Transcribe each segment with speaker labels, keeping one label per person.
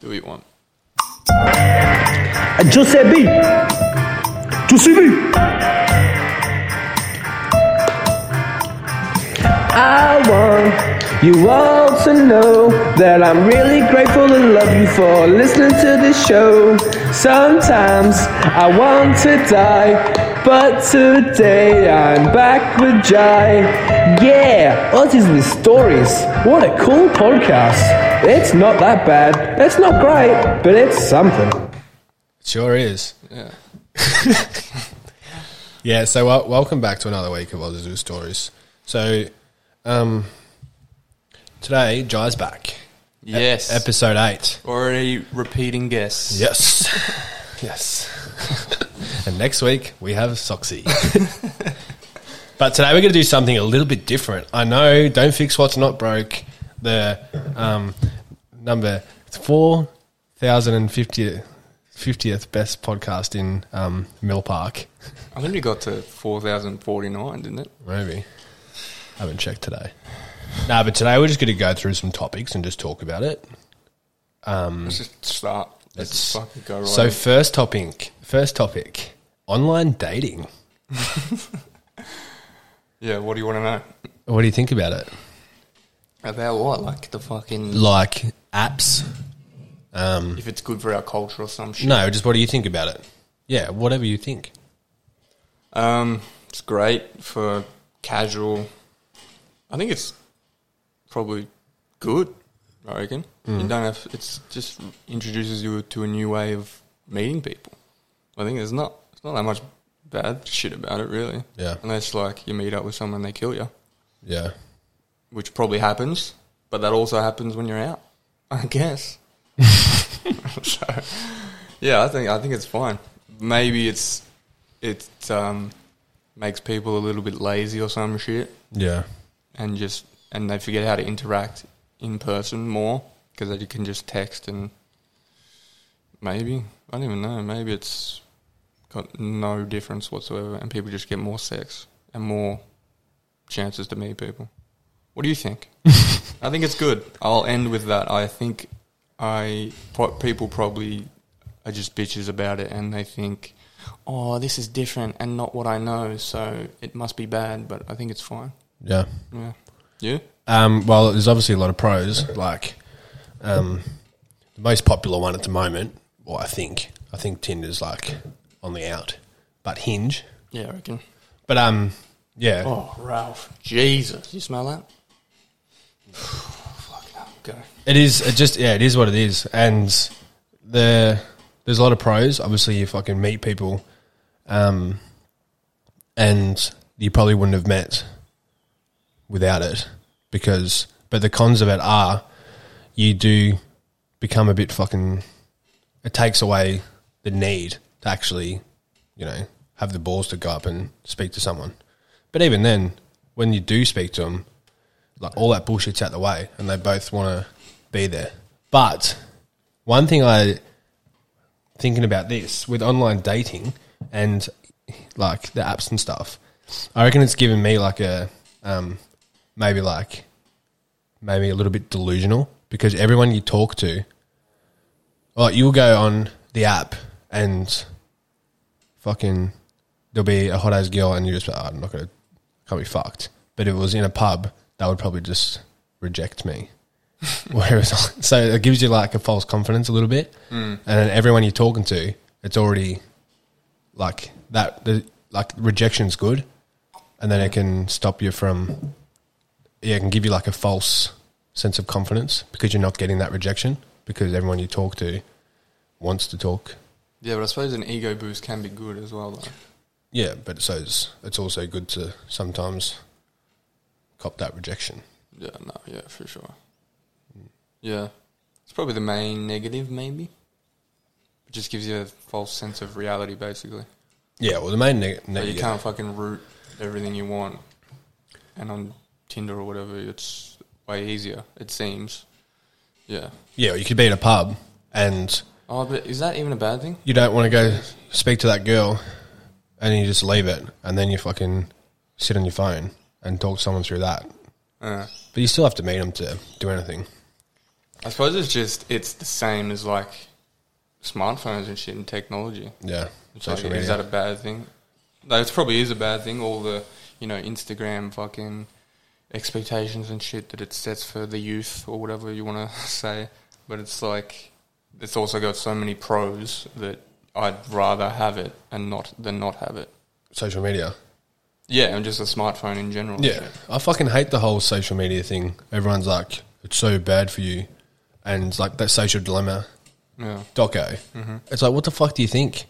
Speaker 1: Who you want?
Speaker 2: Giuseppe! Giuseppe! I want you all to know that I'm really grateful and love you for listening to this show. Sometimes I want to die, but today I'm back with Jai. Yeah, Aussies with stories. What a cool podcast. It's not that bad. It's not great, but it's something.
Speaker 3: Sure is.
Speaker 1: Yeah.
Speaker 3: Yeah, so wel- welcome back to another week of Oz Zoo Stories. So, um, today, Jai's back.
Speaker 1: Yes.
Speaker 3: Episode 8.
Speaker 1: Already repeating guests.
Speaker 3: Yes. yes. and next week, we have Soxy. but today, we're going to do something a little bit different. I know, don't fix what's not broke. The um, number 4,050th 50th best podcast in um, Mill Park.
Speaker 1: I think we got to 4,049, didn't it?
Speaker 3: Maybe. I haven't checked today. Nah, but today we're just going to go through some topics and just talk about it.
Speaker 1: Let's just start. Let's
Speaker 3: It's-
Speaker 1: just fucking go right.
Speaker 3: so
Speaker 1: in.
Speaker 3: first topic, first topic, online dating.
Speaker 1: yeah, what do you want to know?
Speaker 3: What do you think about it?
Speaker 1: About what? Like the fucking.
Speaker 3: Like apps?
Speaker 1: If it's good for our culture or some shit.
Speaker 3: No, just what do you think about it? Yeah, whatever you think.
Speaker 1: Um, it's great for casual. I think it's probably good. I reckon you don't have. It's just introduces you to a new way of meeting people. I think there's not. It's not that much bad shit about it, really.
Speaker 3: Yeah.
Speaker 1: Unless like you meet up with someone, they kill you,
Speaker 3: Yeah.
Speaker 1: which probably happens. But that also happens when you're out, I guess. so, yeah, I think I think it's fine. Maybe it's it um, makes people a little bit lazy or some shit,
Speaker 3: Yeah.
Speaker 1: and just and they forget how to interact in person more because they can just text and maybe I don't even know. Maybe it's got no difference whatsoever, and people just get more sex and more chances to meet people. What do you think? I think it's good. I'll end with that. I think I pro- people probably are just bitches about it, and they think, "Oh, this is different and not what I know, so it must be bad." But I think it's fine.
Speaker 3: Yeah.
Speaker 1: Yeah. You?
Speaker 3: Um, well, there's obviously a lot of pros. Like um, the most popular one at the moment, well, I think, I think Tinder's like on the out, but Hinge.
Speaker 1: Yeah, I reckon.
Speaker 3: But um, yeah.
Speaker 1: Oh, Ralph. Jesus. You smell that? Fuck no. Go.
Speaker 3: It is. It just yeah. It is what it is. And the there's a lot of pros. Obviously, if I can meet people, um, and you probably wouldn't have met without it because. But the cons of it are, you do become a bit fucking. It takes away the need to actually, you know, have the balls to go up and speak to someone. But even then, when you do speak to them, like all that bullshit's out the way and they both want to be there. But one thing I thinking about this with online dating and like the apps and stuff, I reckon it's given me like a um, maybe like maybe a little bit delusional because everyone you talk to, like you'll go on the app and fucking there'll be a hot ass girl and you just be like, "Oh, I'm not gonna can't be fucked. But if it was in a pub, that would probably just reject me. Whereas so it gives you like a false confidence a little bit, mm. and then everyone you're talking to, it's already like that. The, like rejection's good, and then it can stop you from. Yeah, it can give you like a false sense of confidence because you're not getting that rejection because everyone you talk to wants to talk
Speaker 1: Yeah, but I suppose an ego boost can be good as well, though.
Speaker 3: Yeah, but so it's, it's also good to sometimes cop that rejection.
Speaker 1: Yeah, no, yeah, for sure. Yeah. It's probably the main negative, maybe. It just gives you a false sense of reality, basically.
Speaker 3: Yeah, well, the main neg-
Speaker 1: Like you
Speaker 3: negative.
Speaker 1: can't fucking root everything you want. And on Tinder or whatever, it's way easier, it seems. Yeah.
Speaker 3: Yeah, you could be in a pub and
Speaker 1: Oh, but is that even a bad thing?
Speaker 3: you don't want to go speak to that girl and you just leave it and then you fucking sit on your phone and talk someone through that.
Speaker 1: Uh,
Speaker 3: But you still have to meet them to do anything.
Speaker 1: I suppose it's just it's the same as like smartphones and shit and technology.
Speaker 3: Yeah.
Speaker 1: It's like,
Speaker 3: Social
Speaker 1: is
Speaker 3: media.
Speaker 1: that a bad thing? No, it probably is a bad thing. All the you know Instagram fucking expectations and shit that it sets for the youth or whatever you want to say. But it's like it's also got so many pros that I'd rather have it and not than not have it.
Speaker 3: Social media.
Speaker 1: Yeah, and just a smartphone in general. and
Speaker 3: Yeah,
Speaker 1: shit.
Speaker 3: I fucking hate the whole social media thing. Everyone's like, it's so bad for you, and like that social dilemma
Speaker 1: yeah.
Speaker 3: doco.
Speaker 1: Mm-hmm.
Speaker 3: It's like, what the fuck do you think?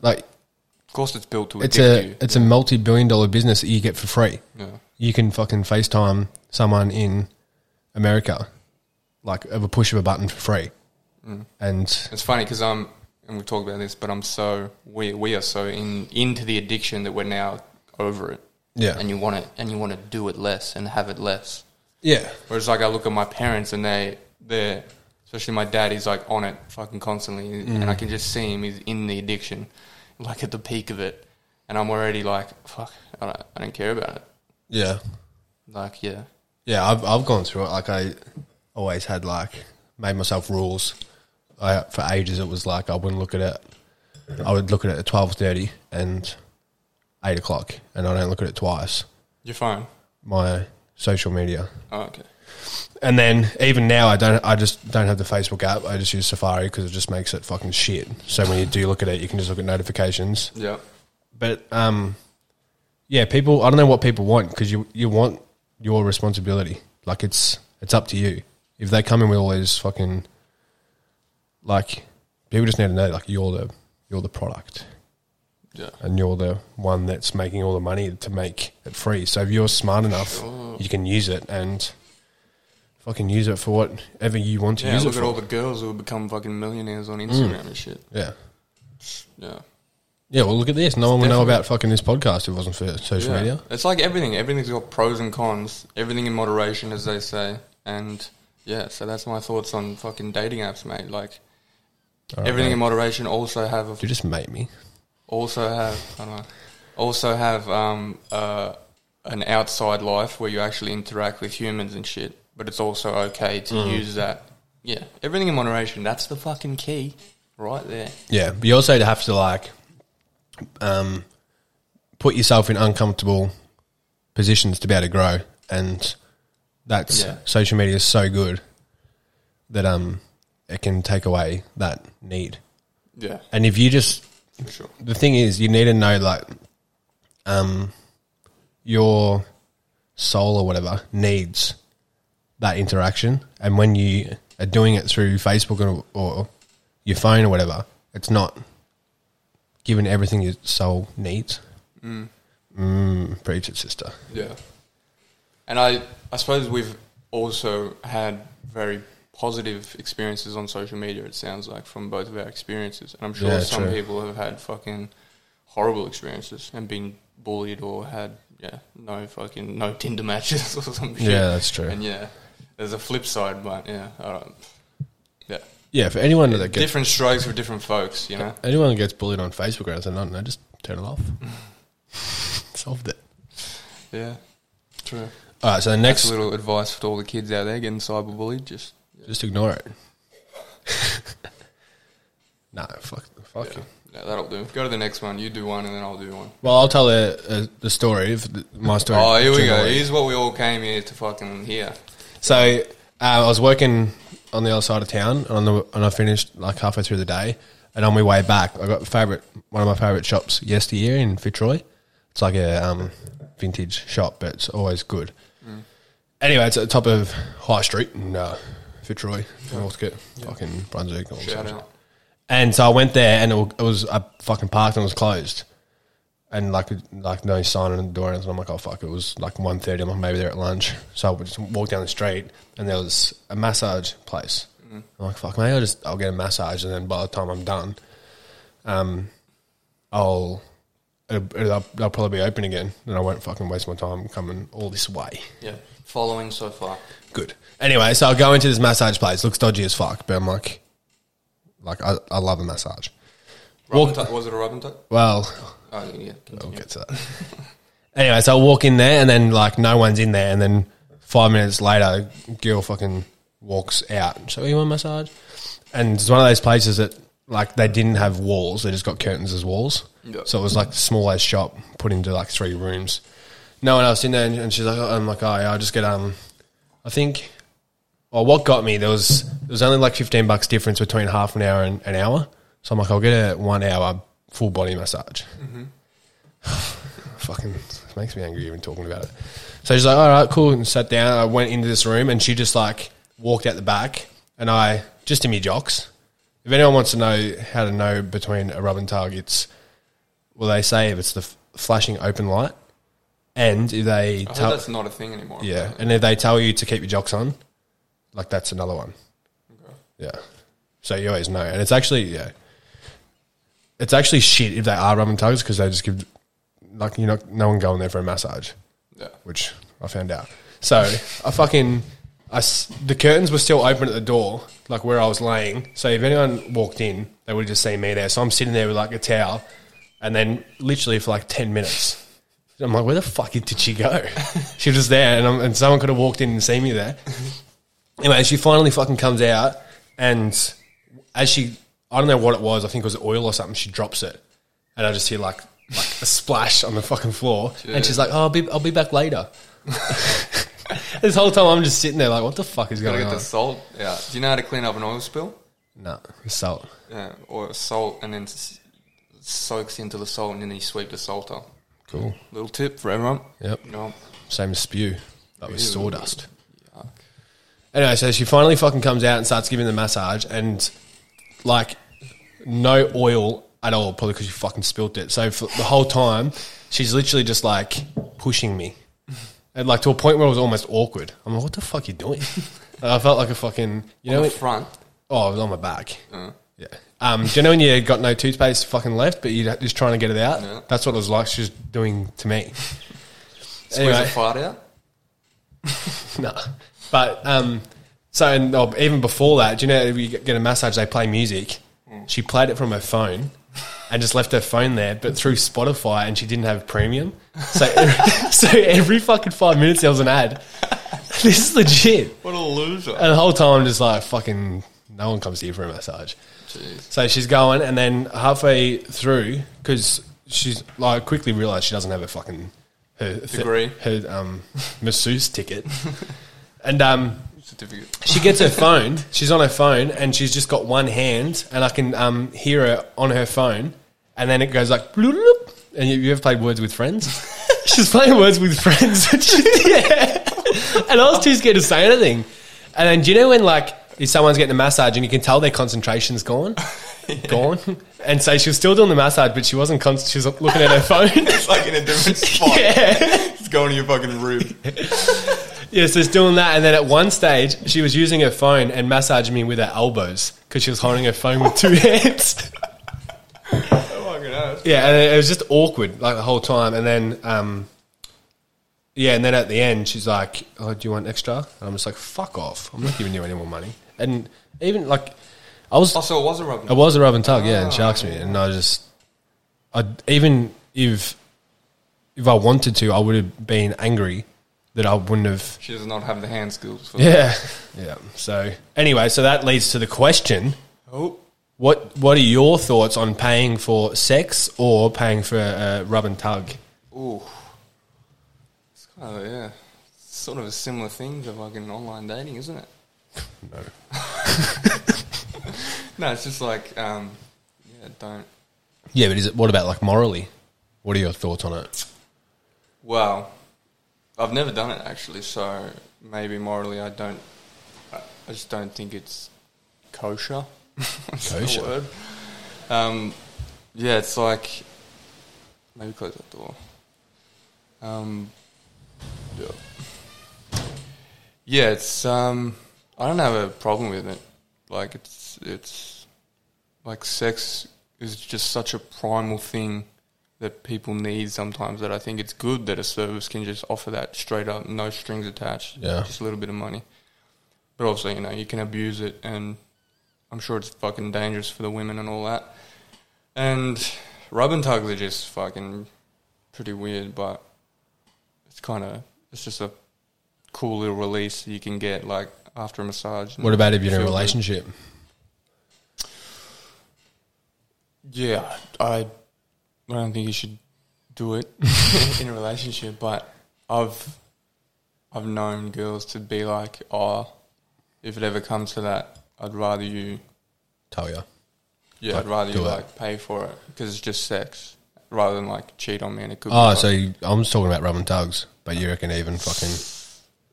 Speaker 3: like,
Speaker 1: Of course, it's built to
Speaker 3: it's
Speaker 1: addict
Speaker 3: a
Speaker 1: you.
Speaker 3: it's a multi billion dollar business that you get for free.
Speaker 1: Yeah.
Speaker 3: You can fucking FaceTime someone in America, like of a push of a button for free,
Speaker 1: Mm.
Speaker 3: and
Speaker 1: It's funny because I'm, and we've talked about this, but I'm so we we are so in into the addiction that we're now over it.
Speaker 3: Yeah.
Speaker 1: and you want it, and you want to do it less and have it less.
Speaker 3: yeah,
Speaker 1: Whereas like I look at my parents and they they especially my dad he's like on it fucking constantly and I
Speaker 3: Mm.
Speaker 1: can just see him he's in the addiction like at the peak of it and I'm already like fuck I don't, I don't care about it
Speaker 3: yeah,
Speaker 1: like yeah
Speaker 3: yeah. I've I've gone through it. Like I always had like made myself rules. I for ages it was like I wouldn't look at it. I would look at it at twelve thirty and eight o'clock, and I don't look at it twice.
Speaker 1: you're fine
Speaker 3: My social media.
Speaker 1: oh, okay
Speaker 3: And then even now, I don't. I just don't have the Facebook app. I just use Safari because it just makes it fucking shit. So when you do look at it, you can just look at notifications.
Speaker 1: yeah
Speaker 3: But um, yeah, people. I don't know what people want because you you want your responsibility. Like it's it's up to you. If they come in with all these fucking like people just need to know like you're the you're the product
Speaker 1: yeah
Speaker 3: and you're the one that's making all the money to make it free. So if you're smart enough, you can use it and fucking use it for whatever you want to
Speaker 1: yeah
Speaker 3: use it
Speaker 1: look
Speaker 3: for. Mm.
Speaker 1: at all the girls who have become fucking millionaires on Instagram and shit
Speaker 3: yeah.
Speaker 1: yeah
Speaker 3: Yeah, well, look at this. No one would know
Speaker 1: definitely-
Speaker 3: about fucking this podcast if it wasn't for social
Speaker 1: Yeah.
Speaker 3: media.
Speaker 1: It's like everything. Everything's got pros and cons. Everything in moderation, as they say. And yeah, so that's my thoughts on fucking dating apps, mate. Like
Speaker 3: All right,
Speaker 1: everything
Speaker 3: mate.
Speaker 1: in moderation. Also have
Speaker 3: You just mate me.
Speaker 1: also have I don't know, also have um, uh, an outside life where you actually interact with humans and shit. But it's also okay to
Speaker 3: Mm.
Speaker 1: use that. Yeah, everything in moderation. That's the fucking key, right there.
Speaker 3: Yeah, but you also have to like, um, put yourself in uncomfortable positions to be able to grow, and that's
Speaker 1: Yeah.
Speaker 3: social media is so good that um, it can take away that need.
Speaker 1: Yeah,
Speaker 3: And if you just,
Speaker 1: for sure.
Speaker 3: the thing is, you need to know like, um, your soul or whatever needs that interaction, and when you are doing it through Facebook or, or your phone or whatever, it's not giving everything your soul needs. Mm. Mm, preach it, sister.
Speaker 1: Yeah. And I, I suppose we've also had very positive experiences on social media, it sounds like, from both of our experiences. And I'm sure
Speaker 3: Yeah,
Speaker 1: some
Speaker 3: true.
Speaker 1: people have had fucking horrible experiences and been bullied or had, yeah, no fucking, no Tinder matches or some shit.
Speaker 3: Yeah, that's true.
Speaker 1: And yeah, there's a flip side, but yeah, I don't, yeah.
Speaker 3: Yeah, for anyone that gets
Speaker 1: Different strokes for different folks, you know?
Speaker 3: anyone that gets bullied on Facebook or anything, I don't know, just turn it off. Solved it.
Speaker 1: Yeah, true.
Speaker 3: All right, so the
Speaker 1: Next
Speaker 3: next,
Speaker 1: little advice for all the kids out there getting cyberbullied, just
Speaker 3: just ignore it. nah, fuck, fuck
Speaker 1: Yeah.
Speaker 3: you.
Speaker 1: Yeah, that'll do. Go to the next one. You do one, and then I'll do one.
Speaker 3: Well, I'll tell the, uh, the story of the, my story.
Speaker 1: Oh, here we
Speaker 3: during the
Speaker 1: go.
Speaker 3: week.
Speaker 1: Here's what we all came here to fucking hear.
Speaker 3: So uh, I was working on the other side of town, and, on the, and I finished like halfway through the day. And on my way back, I got favorite one of my favorite shops yesteryear in Fitzroy. It's like a um, vintage shop, but it's always good.
Speaker 1: Mm.
Speaker 3: Anyway, it's at the top of High Street in uh, Fitzroy, Northcote, fucking Brunswick. All
Speaker 1: Shout
Speaker 3: sorts.
Speaker 1: out.
Speaker 3: And so I went there, and it wa- it was I fucking parked and it was closed, and like like no sign on the door, and I'm like, oh fuck, it was like 1.30, I'm like maybe they're at lunch, so I just walked down the street, and there was a massage place. I'm like, fuck, maybe I'll just I'll get a massage, and then by the time I'm done, um, I'll it'll, it'll, they'll probably be open again, and I won't fucking waste my time coming all this way.
Speaker 1: Yeah, following so far.
Speaker 3: Good. Anyway, so I go into this massage place. Looks dodgy as fuck, but I'm like, like I, I love a massage.
Speaker 1: Rub
Speaker 3: Well-
Speaker 1: and tuck. Was it a rub and tuck?
Speaker 3: Well,
Speaker 1: Oh yeah.
Speaker 3: We'll
Speaker 1: continue.
Speaker 3: get to that. anyway, so I walk in there and then like no one's in there and then five minutes later, girl fucking walks out. So you want a massage? And it's one of those places that like they didn't have walls; they just got curtains as walls.
Speaker 1: Yeah.
Speaker 3: So it was like the smallest shop put into like three rooms. No one else in there, and, and she's like, oh, "I'm like, oh, yeah, I just get um, I think." Well, what got me there was there was only like fifteen bucks difference between half an hour and an hour. So I'm like, I'll get a one hour full body massage fucking it makes me angry even talking about it. So she's like, all right, cool, and sat down. I went into this room, and she just like walked out the back, and I just in me jocks. If anyone wants to know how to know between a rub and tug, it's well they say if it's the f- flashing open light, and if they
Speaker 1: I
Speaker 3: tell
Speaker 1: heard Oh, that's not a thing anymore.
Speaker 3: yeah, and if they tell you to keep your jocks on, like that's another one. Yeah. So you always know, and it's actually yeah, it's actually shit if they are rubbing tugs because they just give like you are not no one going there for a massage,
Speaker 1: Yeah.
Speaker 3: which I found out. So I fucking I s- the curtains were still open at the door, like where I was laying. So if anyone walked in, they would have just seen me there. So I'm sitting there with like a towel, and then literally for like ten minutes. I'm like, where the fuck did she go? she was just there, and, I'm, and someone could have walked in and seen me there. Anyway, she finally fucking comes out, and as she, I don't know what it was. I think it was oil or something. She drops it, and I just hear like like a splash on the fucking floor, and she's like, "Oh, I'll be, I'll be back later." this whole time, I'm just sitting there like, "What the fuck is
Speaker 1: Gotta
Speaker 3: going
Speaker 1: get the
Speaker 3: on?"
Speaker 1: salt out. Do you know how to clean up an oil spill?
Speaker 3: No, salt.
Speaker 1: Yeah, or salt, and then s- soaks into the salt, and then you sweep the salt up.
Speaker 3: Cool.
Speaker 1: Little tip for everyone.
Speaker 3: Yep.
Speaker 1: No.
Speaker 3: Same as spew. That was
Speaker 1: Ew.
Speaker 3: sawdust.
Speaker 1: Yuck.
Speaker 3: Anyway, so she finally fucking comes out and starts giving the massage, and like no oil at all, probably because she fucking spilt it. So for the whole time, she's literally just like pushing me, and like to a point where it was almost awkward. I'm like, what the fuck you doing? And I felt like a fucking, you know,
Speaker 1: On the
Speaker 3: when-
Speaker 1: front. Uh.
Speaker 3: oh, it was on my back. Yeah. Um, do you know when you got no toothpaste fucking left, but you're just trying to get it out?
Speaker 1: Yeah.
Speaker 3: That's what it was like. She was doing to me.
Speaker 1: Squeeze a fart out.
Speaker 3: No. But um, so and oh, even before that, do you know if you get a massage, they play music. She played it from her phone and just left her phone there, but through Spotify, and she didn't have premium. So every, so every fucking five minutes there was an ad. This is legit.
Speaker 1: What a loser.
Speaker 3: And the whole time I'm just like, fucking, no one comes here for a massage.
Speaker 1: Jeez.
Speaker 3: So she's going, and then halfway through, because she's like quickly realised she doesn't have her fucking her
Speaker 1: Degree.
Speaker 3: her um, masseuse ticket, and um,
Speaker 1: Certificate.
Speaker 3: she gets her phone. She's on her phone, and she's just got one hand, and I can um, hear her on her phone, and then it goes like, bloop, and you, you ever played Words with Friends? she's playing Words with Friends, and she- yeah. And I was too scared to say anything. And then do you know when like if someone's getting a massage and you can tell their concentration's gone, gone, and so she was still doing the massage, but she wasn't. Con- she was looking at her phone.
Speaker 1: It's like in a different spot.
Speaker 3: yeah.
Speaker 1: It's going to your fucking room.
Speaker 3: Yeah, so it's doing that, and then at one stage, she was using her phone and massaging me with her elbows because she was holding her phone with two hands.
Speaker 1: Oh, fucking hell.
Speaker 3: Yeah, and it was just awkward like the whole time. And then, um, yeah, and then at the end, she's like, "Oh, do you want extra?" And I'm just like, "Fuck off! I'm not giving you any more money." And even like, I was
Speaker 1: Oh, so it was a rub.
Speaker 3: I was a rub and tug, yeah, and she asked me, and I just, I even if if I wanted to, I would have been angry that I wouldn't have
Speaker 1: She does not have the hand skills for
Speaker 3: Yeah. Yeah. So anyway, so that leads to the question.
Speaker 1: Oh.
Speaker 3: What what are your thoughts on paying for sex or paying for a rub and tug?
Speaker 1: Ooh. It's kind of, yeah. It's sort of a similar thing to fucking online dating, isn't it?
Speaker 3: No.
Speaker 1: No, it's just like, um, yeah, don't.
Speaker 3: Yeah, but is it what about like morally? What are your thoughts on it?
Speaker 1: Well, I've never done it actually, so maybe morally I don't. I I just don't think it's kosher. Is that a
Speaker 3: Kosher.
Speaker 1: word? Um, yeah, it's like maybe close that door. Um, yeah. Yeah, it's. Um, I don't have a problem with it. Like it's it's like sex is just such a primal thing that people need sometimes that I think it's good that a service can just offer that straight up, no strings attached,
Speaker 3: Yeah.
Speaker 1: just a little bit of money. But also, you know, you can abuse it, and I'm sure it's fucking dangerous for the women and all that. And rub and tugs are just fucking pretty weird, but it's kind of it's just a cool little release you can get. Like after a massage. and
Speaker 3: What about if you're in a
Speaker 1: feel good.
Speaker 3: relationship?
Speaker 1: Yeah, I, I don't think you should do it in a relationship, but I've I've known girls to be like, oh, if it ever comes to that, I'd rather you,
Speaker 3: Tell ya.
Speaker 1: yeah,
Speaker 3: Like,
Speaker 1: I'd rather
Speaker 3: do
Speaker 1: you
Speaker 3: it.
Speaker 1: like pay for it because it's just sex, rather than like cheat on me and it could. be
Speaker 3: Oh,
Speaker 1: like-
Speaker 3: so you, I'm just talking about rubbing tugs, but you reckon even fucking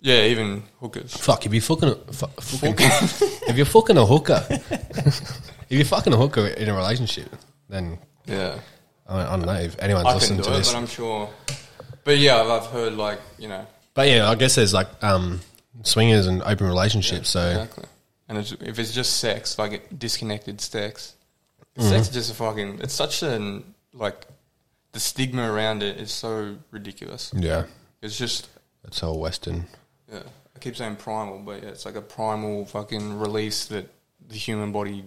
Speaker 1: yeah, even hookers.
Speaker 3: fuck if you fucking a- fu- fucking if you're fucking a hooker, if you're fucking a hooker in a relationship, then
Speaker 1: Yeah,
Speaker 3: I, I don't know if anyone's
Speaker 1: I can
Speaker 3: listening
Speaker 1: do
Speaker 3: to
Speaker 1: it,
Speaker 3: this.
Speaker 1: but
Speaker 3: But,
Speaker 1: I'm sure. But yeah, I've, I've heard like you know
Speaker 3: yeah, I guess there's like um, swingers and open relationships. so
Speaker 1: Exactly. And it's, if it's just sex, like it- disconnected sex,
Speaker 3: Mm-hmm.
Speaker 1: sex is just a fucking. It's such an like the stigma around it is so ridiculous.
Speaker 3: yeah,
Speaker 1: It's just
Speaker 3: that's all Western.
Speaker 1: yeah, I keep saying primal, but yeah, it's like a primal fucking release that the human body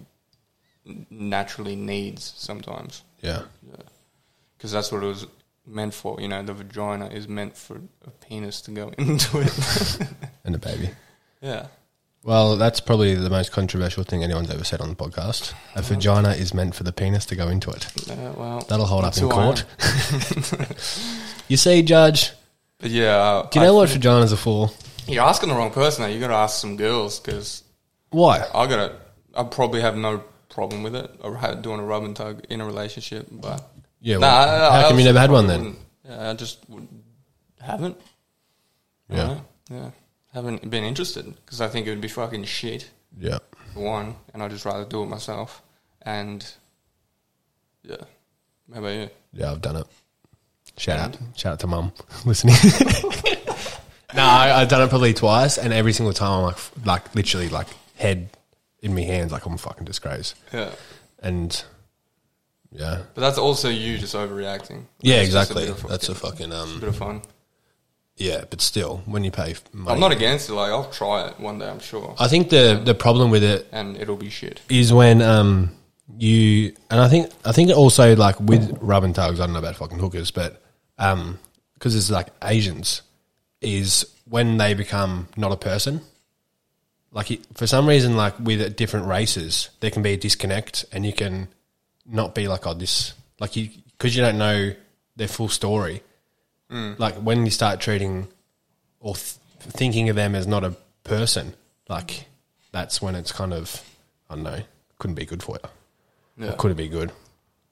Speaker 1: n- naturally needs sometimes.
Speaker 3: Yeah,
Speaker 1: Because that's what it was meant for. You know, the vagina is meant for a penis to go into it.
Speaker 3: and a baby.
Speaker 1: yeah.
Speaker 3: Well, that's probably the most controversial thing anyone's ever said on the podcast. A vagina is meant for the penis to go into it.
Speaker 1: Yeah, well,
Speaker 3: That'll hold up
Speaker 1: that's who
Speaker 3: in
Speaker 1: I am.
Speaker 3: court. you see, Judge,
Speaker 1: But yeah, uh,
Speaker 3: do you
Speaker 1: I
Speaker 3: know what vaginas are for?
Speaker 1: You're asking the wrong person. though. You got to ask some girls because
Speaker 3: Why?
Speaker 1: I got to. I probably have no problem with it or ha- doing a rub and tug in a relationship, but
Speaker 3: Yeah,
Speaker 1: Nah,
Speaker 3: well,
Speaker 1: I- I
Speaker 3: how come you
Speaker 1: also
Speaker 3: never had one
Speaker 1: probably
Speaker 3: then?
Speaker 1: wouldn't- Yeah, I just wouldn't- haven't. you
Speaker 3: Yeah.
Speaker 1: know? yeah, haven't been interested because I think it would be fucking shit
Speaker 3: Yeah.
Speaker 1: for one, and I'd just rather do it myself. And yeah, how about you?
Speaker 3: Yeah, I've done it. Shout out. Shout out to mum listening. no, I, I've done it probably twice, and every single time I'm like, f- like literally, like head in my hands, like I'm a fucking disgrace.
Speaker 1: Yeah,
Speaker 3: And yeah,
Speaker 1: but that's also you just overreacting.
Speaker 3: yeah,
Speaker 1: It's just a
Speaker 3: exactly.
Speaker 1: bit of
Speaker 3: That's a
Speaker 1: fucking-
Speaker 3: fucking
Speaker 1: a
Speaker 3: um.
Speaker 1: bit of fun.
Speaker 3: Yeah, but still, when you pay f- money,
Speaker 1: I'm not against it. Like I'll try it one day. I'm sure.
Speaker 3: I think the the problem with it
Speaker 1: and it'll be shit.
Speaker 3: is when um you and I think I think also like with rub and tugs, I don't know about fucking hookers, but um because it's like Asians is when they become not a person. Like it, for some reason, like with different races, there can be a disconnect, and you can not be like oh this like you because you don't know their full story. Like when you start treating or th- thinking of them as not a person, like that's when it's kind of I don't know, couldn't be good for you.
Speaker 1: Yeah.
Speaker 3: Could it be good?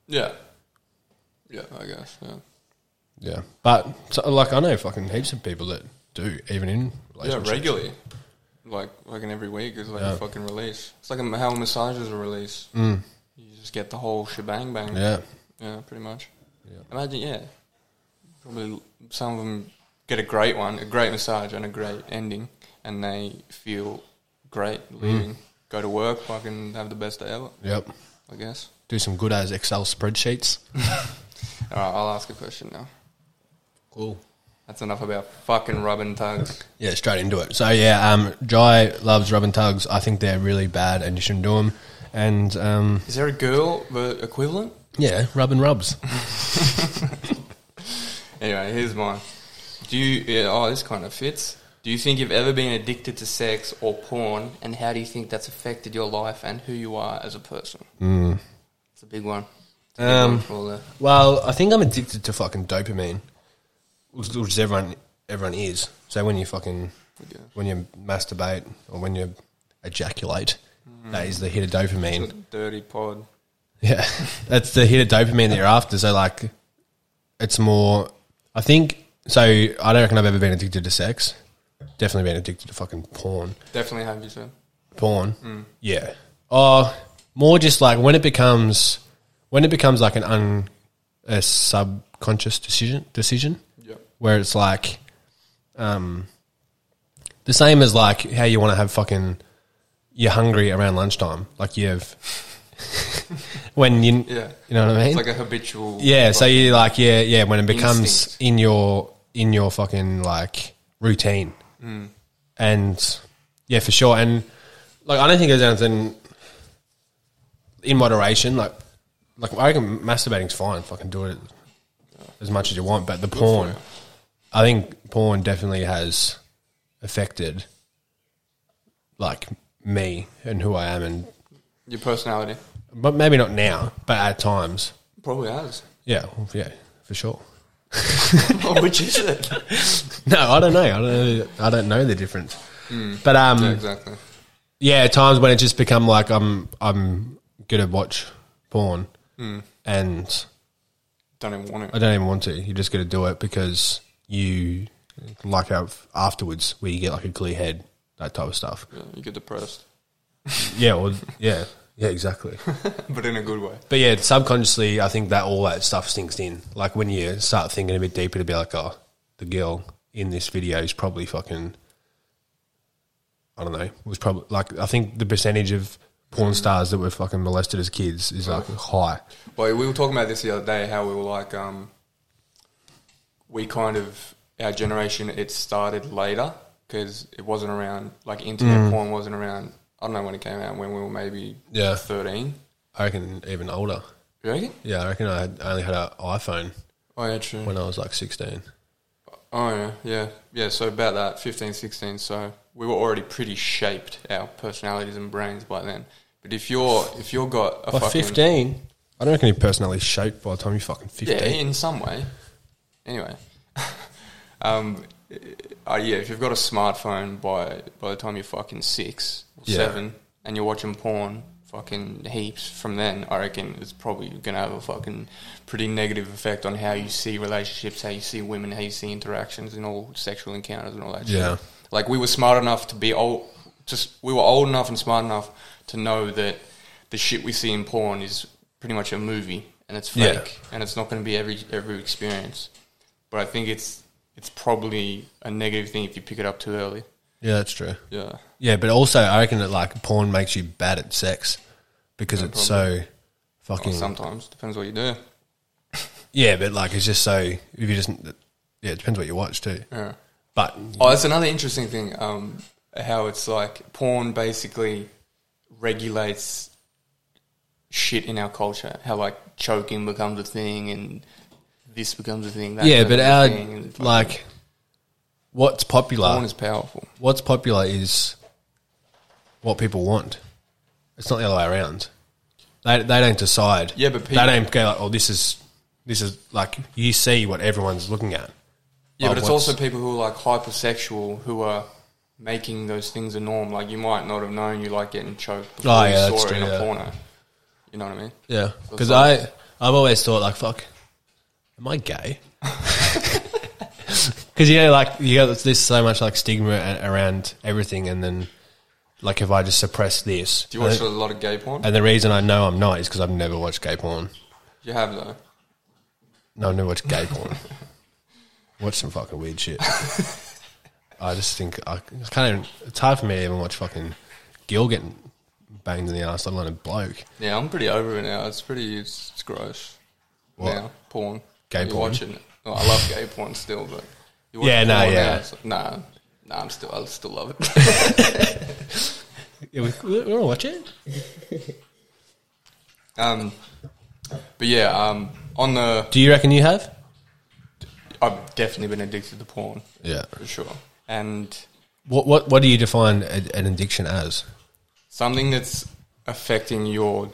Speaker 1: Yeah. Yeah, I guess. Yeah.
Speaker 3: Yeah, but so, like I know fucking heaps of people that do, even in
Speaker 1: Yeah,
Speaker 3: relationships.
Speaker 1: regularly. Like fucking every week is like a fucking release. It's like a, how massages are released. Mm. You just get the whole shebang bang.
Speaker 3: yeah,
Speaker 1: Yeah, pretty much. Imagine, yeah. Probably some of them get a great one, a great massage and a great ending, and they feel great leaving. Go to work, fucking have the best day ever,
Speaker 3: yep.
Speaker 1: I guess.
Speaker 3: Do some good as Excel spreadsheets.
Speaker 1: All right, I'll ask a question now.
Speaker 3: Cool.
Speaker 1: That's enough about fucking rubbing tongues.
Speaker 3: Yeah, straight into it. So yeah, um, Jai loves rubbing tugs. I think they're really bad, and you shouldn't do them. And um,
Speaker 1: Is there a girl the equivalent?
Speaker 3: yeah, rub and rubs.
Speaker 1: Anyway, here's mine. Do you? Yeah, oh, this kind of fits. Do you think you've ever been addicted to sex or porn, and how do you think that's affected your life and who you are as a person? Mm. It's a big one. It's a big
Speaker 3: Hmm. Um,
Speaker 1: one for all the-
Speaker 3: Well, I think I'm addicted to fucking dopamine, which, which is everyone everyone is. So when you fucking
Speaker 1: Yeah.
Speaker 3: when you masturbate or when you ejaculate, that is the hit of dopamine.
Speaker 1: the dirty pod.
Speaker 3: Yeah, that's the hit of dopamine that you're after. So like, it's more. I think so. I don't reckon I've ever been addicted to sex. Definitely been addicted to fucking porn.
Speaker 1: Definitely have you said.
Speaker 3: Porn.
Speaker 1: Mm.
Speaker 3: Yeah. Or more just like when it becomes when it becomes like an un a subconscious decision decision
Speaker 1: Yep.
Speaker 3: where it's like um the same as like how you want to have fucking you're hungry around lunchtime like you've when you
Speaker 1: Yeah.
Speaker 3: you know what I mean
Speaker 1: It's like a habitual.
Speaker 3: yeah so you like yeah yeah when it becomes
Speaker 1: Instinct.
Speaker 3: in your in your fucking like routine and yeah for sure and like I don't think there's anything in moderation like like I reckon masturbating's fine fucking do it as much as you want but the porn I think porn definitely has affected like me and who I am, and
Speaker 1: Your personality
Speaker 3: but maybe not now, but at times,
Speaker 1: probably has.
Speaker 3: yeah, yeah, for sure.
Speaker 1: Which is it?
Speaker 3: No, I don't know. I don't. Know, I don't know the difference. But um, yeah,
Speaker 1: exactly.
Speaker 3: at times when it just become like I'm I'm gonna watch porn, and
Speaker 1: Don't even want
Speaker 3: I
Speaker 1: it.
Speaker 3: don't even want to. You're just gonna do it because you like how afterwards where you get like a clear head, that type of stuff.
Speaker 1: Yeah, you get depressed,
Speaker 3: Yeah. Or yeah. Yeah. Exactly.
Speaker 1: but in a good way.
Speaker 3: But yeah, subconsciously, I think that all that stuff sinks in. Like when you start thinking a bit deeper to be like, oh, the girl in this video is probably fucking, I don't know, was probably like, I think the percentage of porn
Speaker 1: Mm.
Speaker 3: stars that were fucking molested as kids is
Speaker 1: Oh.
Speaker 3: like high.
Speaker 1: Well, we were talking about this the other day. How we were like, um, we kind of our generation. It started later because it wasn't around. Like internet porn wasn't around. I don't know when it came out. When we were maybe
Speaker 3: Yeah.
Speaker 1: thirteen.
Speaker 3: I reckon even older.
Speaker 1: You reckon?
Speaker 3: Yeah, I reckon I, had, I only had an iPhone
Speaker 1: Oh yeah, true.
Speaker 3: when I was like 16.
Speaker 1: Oh yeah, yeah, yeah. So about that, 15, 16, So we were already pretty shaped our personalities and brains by then. But if you're if you're got a fucking
Speaker 3: I don't reckon you're personally shaped by the time you're fucking 15.
Speaker 1: yeah, in some way. Anyway, um, uh, yeah, if you've got a smartphone by by the time you're fucking six, or
Speaker 3: Yeah.
Speaker 1: seven, and you're watching porn, fucking heaps from then, I reckon it's probably gonna have a fucking pretty negative effect on how you see relationships, how you see women, how you see interactions, and all sexual encounters and all that.
Speaker 3: Yeah.
Speaker 1: shit. like we were smart enough to be old. Just we were old enough and smart enough to know that the shit we see in porn is pretty much a movie and it's fake
Speaker 3: Yeah.
Speaker 1: and it's not going to be every every experience. But I think it's it's probably a negative thing if you pick it up too early.
Speaker 3: yeah, that's true.
Speaker 1: Yeah,
Speaker 3: Yeah, but also I reckon that like porn makes you bad at sex because it's so fucking.
Speaker 1: or sometimes depends what you do.
Speaker 3: yeah, but like it's just so if you just yeah, it depends what you watch too.
Speaker 1: Yeah.
Speaker 3: But
Speaker 1: Oh, that's another interesting thing. Um, how it's like porn basically regulates shit in our culture. How like choking becomes a thing and this becomes a thing. That
Speaker 3: yeah, but
Speaker 1: becomes a
Speaker 3: our
Speaker 1: thing, and fucking
Speaker 3: like what's popular,
Speaker 1: porn is powerful.
Speaker 3: what's popular is what people want. It's not the other way around. They they don't decide.
Speaker 1: Yeah, but
Speaker 3: they
Speaker 1: people-
Speaker 3: don't go like, oh, this is this is like you see what everyone's looking at.
Speaker 1: Yeah,
Speaker 3: of
Speaker 1: but it's
Speaker 3: what's-
Speaker 1: also people who are like hypersexual who are making those things a norm. Like you might not have known you like getting choked before
Speaker 3: Oh,
Speaker 1: you
Speaker 3: yeah,
Speaker 1: saw
Speaker 3: that's
Speaker 1: it in
Speaker 3: true,
Speaker 1: a
Speaker 3: yeah.
Speaker 1: porno. You know what I mean?
Speaker 3: Yeah, because
Speaker 1: like-
Speaker 3: I I've always thought like fuck, am I gay? Because you know, like you got this so much like stigma a- around everything, and then like if I just suppress this,
Speaker 1: Do you watch
Speaker 3: and,
Speaker 1: a lot of gay porn?
Speaker 3: and the reason I know I'm not is because I've never watched gay porn.
Speaker 1: You have though.
Speaker 3: No, I've never watched gay porn. watch some fucking weird shit. I just think I, I can't. Even, it's hard for me to even watch fucking Gil getting banged in the ass, let alone a bloke.
Speaker 1: Yeah, I'm pretty over it now. It's pretty. It's, it's gross.
Speaker 3: What?
Speaker 1: Now porn.
Speaker 3: Gay
Speaker 1: you
Speaker 3: porn?
Speaker 1: Watching it. Oh, I love gay porn still, but you watch
Speaker 3: Yeah, no,
Speaker 1: porn now,
Speaker 3: yeah.
Speaker 1: it's like, nah, nah. I'm still. I still love it.
Speaker 3: Yeah, we, we, we all watch it.
Speaker 1: um, but yeah, um, on the
Speaker 3: Do you reckon you have?
Speaker 1: I've definitely been addicted to porn
Speaker 3: Yeah.
Speaker 1: for sure, and
Speaker 3: What what what do you define a- an addiction as?
Speaker 1: something that's affecting your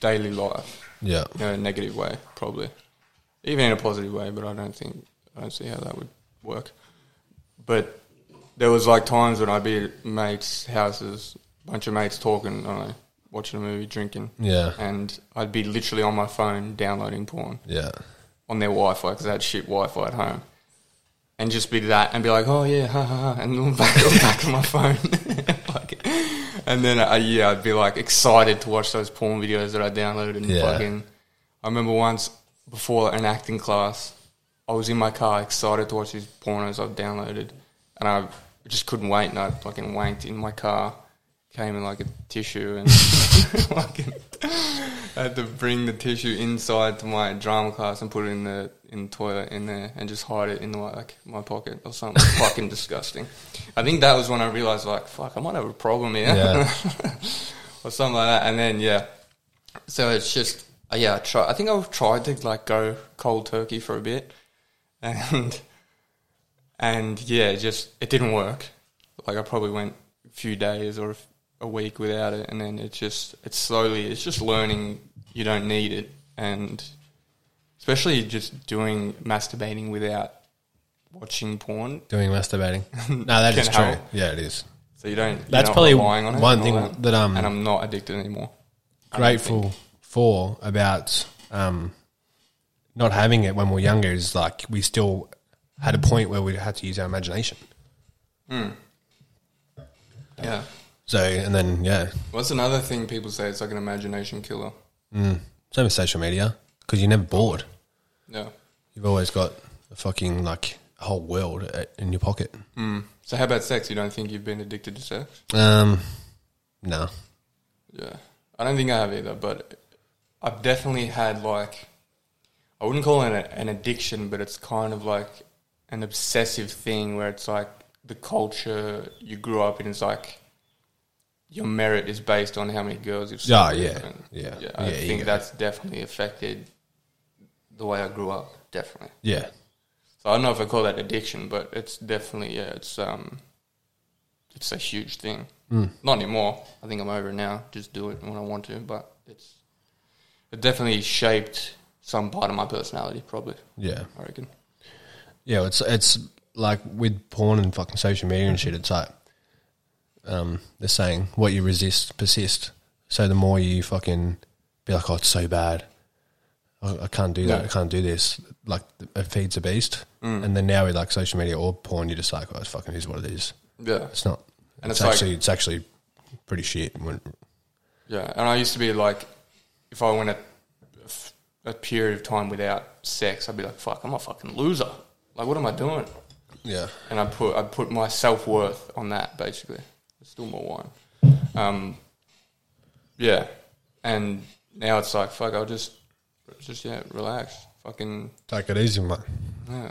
Speaker 1: daily life
Speaker 3: Yeah,
Speaker 1: in a negative way, probably. Even in a positive way, but I don't think I don't see how that would work. But there was like times when I'd be at mates' houses, bunch of mates talking, I don't know, watching a movie, drinking,
Speaker 3: Yeah.
Speaker 1: and I'd be literally on my phone downloading porn
Speaker 3: yeah,
Speaker 1: on their Wi-Fi because they had shit Wi-Fi at home, and just be that and be like, oh yeah, ha ha, ha and then back on back on my phone, Like, and then uh, yeah, I'd be like excited to watch those porn videos that I downloaded and
Speaker 3: Yeah.
Speaker 1: fucking. I remember once before an acting class, I was in my car excited to watch these pornos I've downloaded, and I just couldn't wait, and I fucking wanked in my car. Came in like a tissue and fucking I had to bring the tissue inside to my drama class and put it in the in the toilet in there and just hide it in like my pocket or something. Fucking disgusting. I think that was when I realized like fuck, I might have a problem here
Speaker 3: yeah,
Speaker 1: or something like that. And then yeah, so it's just uh, yeah. I try. I think I've tried to like go cold turkey for a bit, and and yeah, it just it didn't work. Like I probably went few days or a f- a week without it, and then it's just it's slowly it's just learning you don't need it, and especially just doing masturbating without watching porn,
Speaker 3: doing masturbating. No, that is
Speaker 1: Can
Speaker 3: true.
Speaker 1: help.
Speaker 3: Yeah, it is.
Speaker 1: so you don't. you're
Speaker 3: That's
Speaker 1: not
Speaker 3: probably
Speaker 1: relying on it
Speaker 3: one
Speaker 1: and all
Speaker 3: thing that, um,
Speaker 1: and I'm not addicted anymore. I don't
Speaker 3: Grateful for about um, not having it when we were younger is like we still had a point where we had to use our imagination.
Speaker 1: think. Yeah.
Speaker 3: So and then yeah,
Speaker 1: What's another thing people say? It's like an imagination killer.
Speaker 3: same with social media because you're never bored.
Speaker 1: Yeah.
Speaker 3: You've always got a fucking like a whole world uh, in your pocket.
Speaker 1: So how about sex? You don't think you've been addicted to sex?
Speaker 3: Um, no,
Speaker 1: Yeah. I don't think I have either, but I've definitely had like I wouldn't call it a, an addiction, but it's kind of like an obsessive thing where it's like the culture you grew up in is like your merit is based on how many girls you've
Speaker 3: Ah, Yeah,
Speaker 1: slept with.
Speaker 3: yeah,
Speaker 1: And,
Speaker 3: yeah.
Speaker 1: yeah. I
Speaker 3: Yeah, you
Speaker 1: think
Speaker 3: got
Speaker 1: that's definitely affected the way I grew up, definitely.
Speaker 3: yeah,
Speaker 1: So I don't know if I call that addiction, but it's definitely yeah, it's um, it's a huge thing. Not anymore. I think I'm over it now. Just do it when I want to, but it's it definitely shaped some part of my personality, probably.
Speaker 3: yeah.
Speaker 1: I reckon.
Speaker 3: Yeah, it's it's like with porn and fucking social media and shit. It's like um, they're saying what you resist persist. So the more you fucking be like, oh, it's so bad. I, I can't do that. I can't do this. Like it feeds a beast. And then now with like social media or porn, you're just like, oh, it's fucking is what it is.
Speaker 1: Yeah,
Speaker 3: It's not.
Speaker 1: And
Speaker 3: it's,
Speaker 1: it's like-
Speaker 3: actually it's actually pretty shit. When,
Speaker 1: yeah. And I used to be like, if I went a, a period of time without sex, I'd be like, fuck, I'm a fucking loser. Like, what am I doing?
Speaker 3: yeah,
Speaker 1: and I put I put my self worth on that basically. There's still more wine. Um, yeah, and now it's like fuck. I'll just just yeah, relax. Fucking
Speaker 3: take it easy, mate.
Speaker 1: yeah.